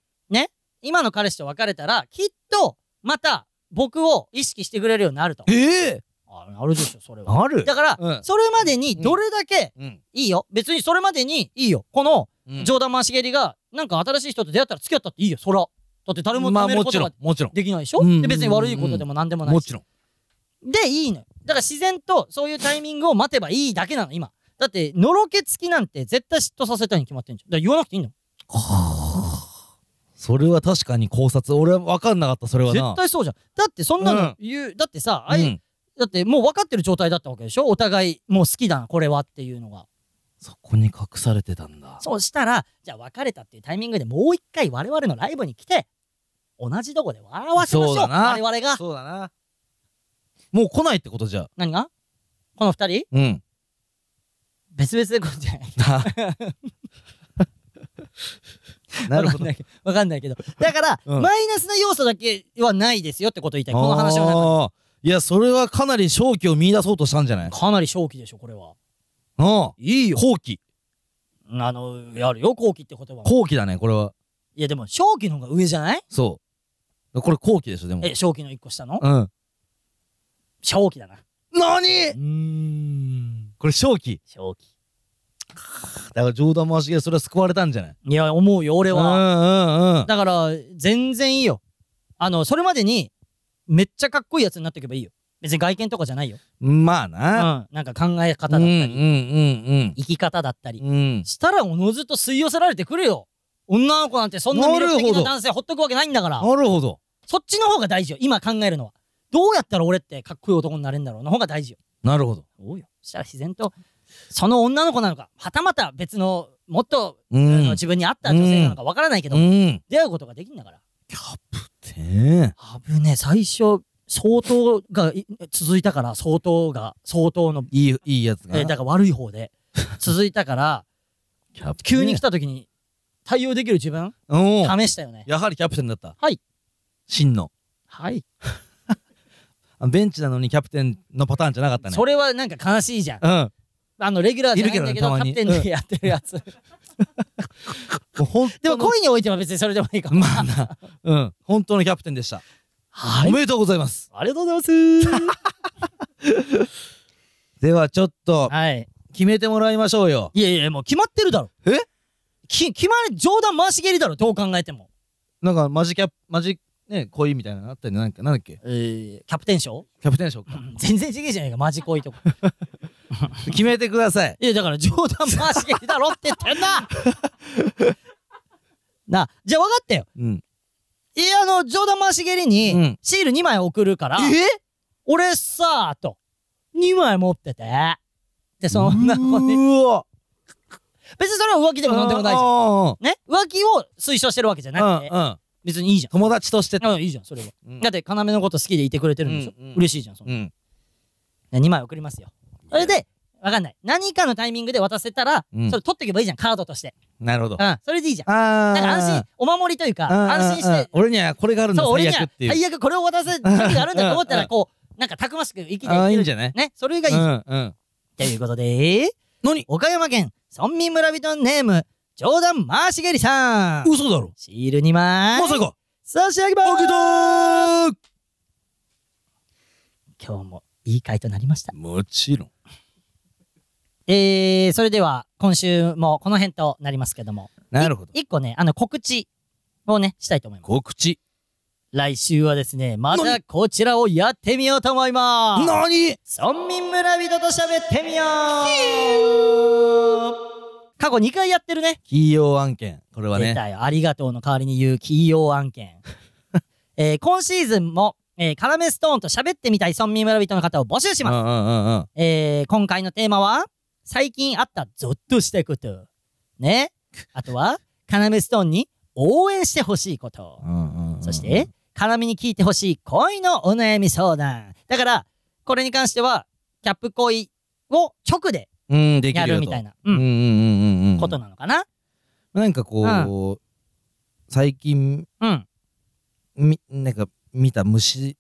今の彼氏と別れたら、きっと、また、僕を意識してくれるようになると。ええあなるでしょ、それは。あるだから、うんそれまでにどれだけうんいいよ。別にそれまでにいいよ。この、うんジョーダン・マンシゲリが、なんか新しい人と出会ったら付き合ったっていいよ、そら。だって誰もまあ止めるもこちとろがんもちろんできないでしょ、うんで別に悪いことでも何でもないもし。ちろんで、いいのよ。だから自然とそういうタイミングを待てばいいだけなの、今。だって、のろけつきなんて絶対嫉妬させたいに決まってんじゃん。だから言わなくていいんだそれは確かに考察俺は分かんなかったそれもはん。な絶対そうじゃん。だってそんなうのん言う、だってさ、あいうん、だってもう分かってる状態だったわけでしょお互いもう好きだな、これはっていうのが。そこに隠されてたんだそうしたら、じゃあ別れたっていうタイミングでもう一回我々のライブに来て、同じとこで笑わせましょう。そうだな我々が。そうだなもう来ないってことじゃあ何がこの二人うん 別々で来るんじゃないなるほわかんどないけわかんないけど。だから、うんマイナスな要素だけはないですよってことを言いたい。この話の中あーいやそれはかなり正気を見出そうとしたんじゃないで。かなり正気でしょ、これは。ああいいよ。後期あの、やるよ、後期って言葉は。後期だねこれはいや、でも、正気の方が上じゃないそうこれ後期でしょでもえ、正気の一個下のうん正気だな。何うん。これ正気正気。だから冗談回しげそれは救われたんじゃないいや、思うよ、俺うは。んうんうんだから、全然いいよ。あの、それまでに、めっちゃかっこいいやつになっておけばいいよ。別に外見とかじゃないよ。まあうん。ななんか考え方だったうんうんり、うん生き方だったり。うんうんしたら、おのずと吸い寄せられてくるよ。女の子なんてそんな魅力なる的ほなど男性ほっとくわけないんだから。なるほどそっちの方が大事よ。今考えるのは。どうやったら俺ってかっこいい男になれるんだろうの方が大事よ。なるほどそうよ。したら自然と、その女の子なのか、はたまた別の、もっと、うあのん自分に合った女性なのかわからないけど、うん出会うことができんだから。キャプテン危ねえ最初相当がい続いたから相当が相当の、いいいいやつがえーだから悪い方 で続いたからキャプテン急に来た時に対応できる自分おー試したよねやはりキャプテンだったはい真のはいあベンチなのにキャプテンのパターンじゃなかったねそれはなんか悲しいじゃんうんもあのレギュラーじゃないんだけどいキるけどねたャまプテにンでやってるやつうほん でも恋においては別にそれでもいいかも まあなうん本当のキャプテンでしたはおいめでとうございますありがとうございますではちょっと はい決めてもらいましょうよいやいやもう決まってるだろえき決まる冗談回し蹴りだろどう考えてもなんかマジキャマジね恋みたいなのあったりなんかなんだっけえーキャプテン賞キャプテン賞か全然違えじゃねえかマジ恋とか 決めてくださいいやだから冗談回し蹴りだろって言ってんな なあじゃあ分かったようんいやあの冗談回し蹴りうにんシール2枚送るから、俺さあと2枚持っててでその女の子にうわ別にそれは浮気でもなんでもないじゃんゃね浮気を推奨してるわけじゃなくてうんうん別にいいじゃん友達としてうんいいじゃんそれはうんだって要のこと好きでいてくれてるんでしょ、うんうん嬉しいじゃんそんなうんね2枚送りますよそれで分かんない何かのタイミングで渡せたら、うんそれ取っていけばいいじゃんカードとしてなるほどうんそれでいいじゃんあだから安心お守りというかうんうんうん安心して俺にはこれがあるんだそう俺最に悪はっていう最悪これを渡す時があるんだと思ったうんうらんこうなんかたくましく生きていあーけいいるんじゃないねそれがいい、うんうんということで何岡山県村民村人ネーム冗談回し蹴りさん嘘だろシール2枚まさか差し上げま開けすたー今日もいい回となりましたもちろんえー、それでは今週もこの辺となりますけどもなるほど一個ねあの告知をねしたいと思います告知来週はですねまた何こちらをやってみようと思います何村民村人と喋ってみよう過去2回やってるね企業案件これは出ねたよありがとうの代わりに言う企業案 件、えー今シーズンも、えー、カラメストーンと喋ってみたい村民村人の方を募集しうんます、うんうんうんえー今回のテーマは最近あったゾッとしたこと ねあとはカラメストーンに応援してほしいことうんうんうんそして、絡みに聞いてほしい恋のお悩み相談。だから、これに関しては、キャップ恋を直でうんできやるよるとみたいな、ううんうんんうんうんうんことなのかな。なんかこう最近うん。みなんか見た虫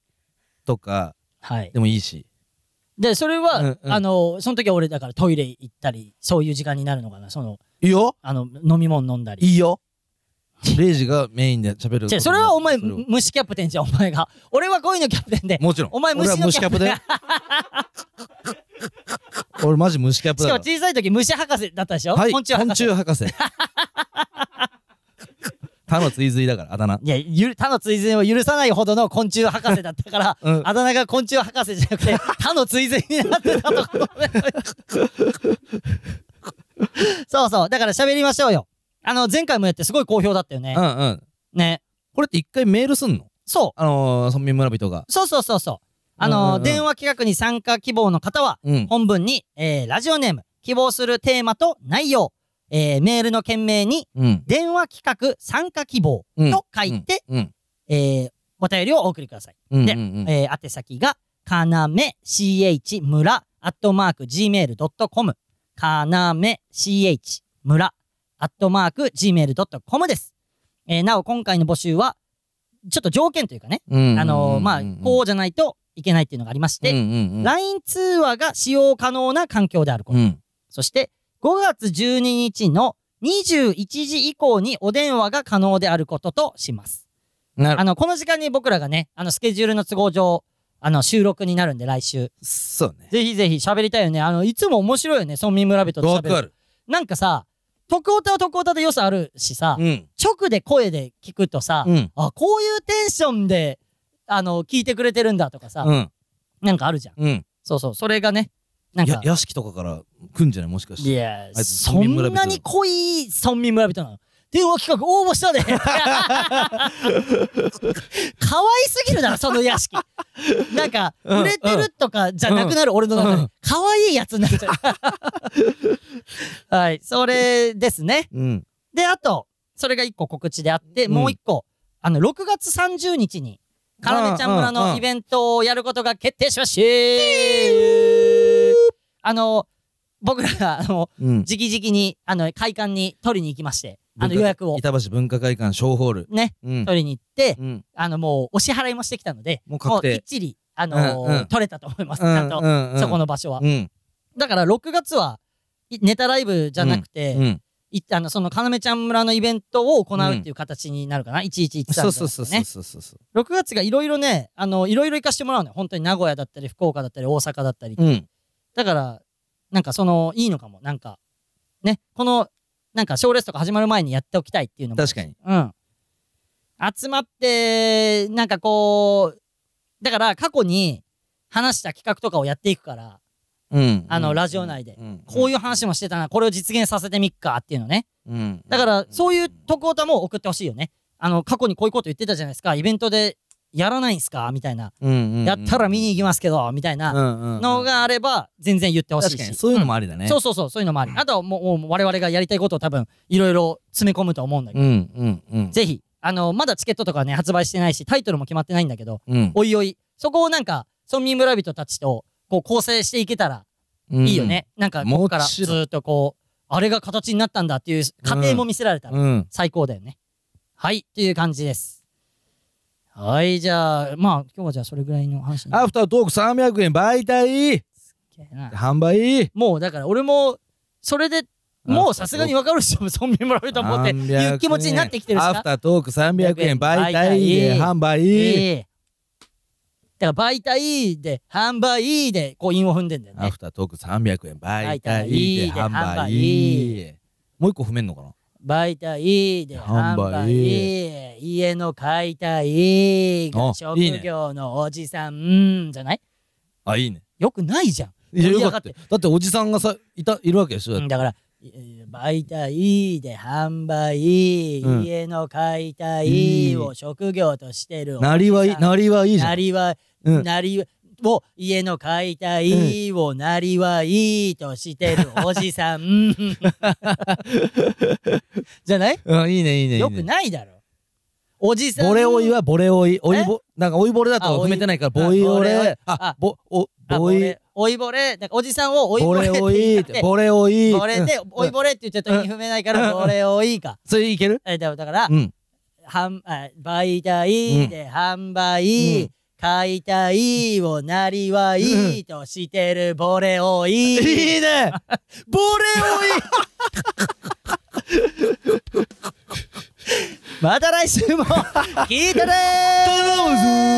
とかはい。でもいいしで、それは、うんうんあの、その時は俺だからトイレ行ったり、そういう時間になるのかな。その、いいよあの、飲み物飲んだり。いいよレイジがメインで喋る違うそれはお前、それを虫キャプテンじゃん、お前が。俺は恋のキャプテンで。もちろんお前俺は虫のキャ プテン虫キャプだよ俺マジ虫キャプしだかもから小さい時虫博士だったでしょ、はい昆虫博士。博士他の追随だからあだ名いや、ゆる他の追善を許さないほどの昆虫博士だったから、うんあだ名が昆虫博士じゃなく て、他の追善になってたところねそうそう、だから喋りましょうよ。あの、前回もやってすごい好評だったよねう。んうんね。これって一回メールすんのそあのー、村民村人がう、そうそうそうそう。あうんの、うんうん電話企画に参加希望の方は、うん本文に、えーラジオネーム、希望するテーマと内容、えーメールの件名に、うん電話企画参加希望うんと書いて、うんえーお便りをお送りください。うんでうんうんえー、宛先が、かなめ ch 村アットマーク gmail.com かなめ ch 村アットマーク gmail.com です、えーなお今回の募集はちょっと条件というかね、うんあのーまあこうじゃないといけないっていうのがありましうんて、うんうん LINE 通話が使用可能な環境であること、うんそして5月12日の21時以降にお電話が可能であることとしますなるあの、この時間に僕らがね、あの、スケジュールの都合上、あの、収録になるんで、来週。そうねぜひぜひ喋りたいよね。あの、いつも面白いよね、村民村人とわ喋る。かるなんかさ、徳オタは徳オタで良さあるしさ、うん直で声で聞くとさ、うんあ、こういうテンションで、あの、聞いてくれてるんだとかさ、うんなんかあるじゃん。うんそうそう、それがね、なんやか、屋敷とかから来んじゃないもしかしいてや、あいつそ村民村ん人なに濃い村民村人なの。電話企画応募した で可愛すぎるだろ、その屋敷。なんか、うん売れてるとかじゃなくなる、俺の中うでん。可愛いやつになっちゃう。はい、それですね。うんで、あと、それが一個告知であって、うんもう一個、あの、6月30日に、かなでちゃん村うんうんのうんイベントをやることが決定しましてあの僕らがあのうん直々にあの会館に取りに行きましてあの文化予約を板橋文化会館小ホールねうん取りに行ってうんあのもうお支払いもしてきたのでもう確定もうきっちりあのうんうん取れたと思いますちうゃんんとうんうんそこの場所はうんだから6月はいネタライブじゃなくうてんいあのその要ちゃん村のイベントを行うっていう形になるかな、1113そうそうそうそうねそうそうそ6月がいろいろねあのいろいろ行かしてもらうのよ本当に名古屋だったり福岡だったり大阪だったり、ううんだからなんかそのいいのかもなんかねこのなんか賞レースとか始まる前にやっておきたいっていうのも確かにうん集まってなんかこうだから過去に話した企画とかをやっていくからうんあのうんラジオ内でんこういう話もしてたなこれを実現させてみっかっていうのねうんだから、そういうと徳オタも送ってほしいよね。あの、過去にこういうこと言ってたじゃないですか。イベントでやらないんすかみたいな。やったら見に行きますけど、みたいなののがあれば、全然言ってほしい確し。かにそういうのもありだうねんそうそうそう、そういうのもあり。あとはもう、もう我々がやりたいことを多分、いろいろ詰め込むと思うんだけうど、んうんうんぜひ、あの、まだチケットとかね、発売してないし、タイトルも決まってないんだけど、うんおいおい、そこをなんか、村民村人たちと、こう、構成していけたらうんいいよね。なんか、ここからもちずろんーっとこう、あれが形になったんだっていう過程も見せられたらうん最高だよね。はい、という感じです。はい、じゃあ、まあ、今日はじゃあそれぐらいの話になアフタートーク300円媒体るな販売もうだから俺も、それでもうさすがに分かるでしょ、村民もらえると思って、 300いう気持ちになってきてるしアなフ。タートーク300円媒体ええで販売ええだから媒体で、販売で、こう、韻を踏んでんだよアね。フタートーク300円媒媒体体でで販販売売もう一個踏めんのかな媒体で、販販売売、家の解体が、あ職いいね業のおじさん、じゃないあいいねよくないじゃん。いや盛り上よがかっってたよだっておじさんがさいたいるわけでしょだっうんてだから、い媒体で販売、うん家の解い体いを職業としてる。なりはいいなりはいいじゃなんりわ、うんなりわを、家の解体をなりはいいとしてるおじさん。 じゃないうんいいねいいねいいねよくないだろ。おじさん。ボレオイはボレオイおえいぼなんかおいぼれだあとおい踏めてないからあボイボオレオイレああボおあ、ボボイレおいぼれ、なんかおじさんをおいぼボれレってオ言イって、ボレオイぼれで、うんおいぼれって言っちゃった意味踏めないから、うんぼれおいか。それいけるえだだから、うん販あ媒体で販売、うん解体をなりわいいとしてるボレオイ、 いいねボレオイ また来週も聞いてねー頼むぞー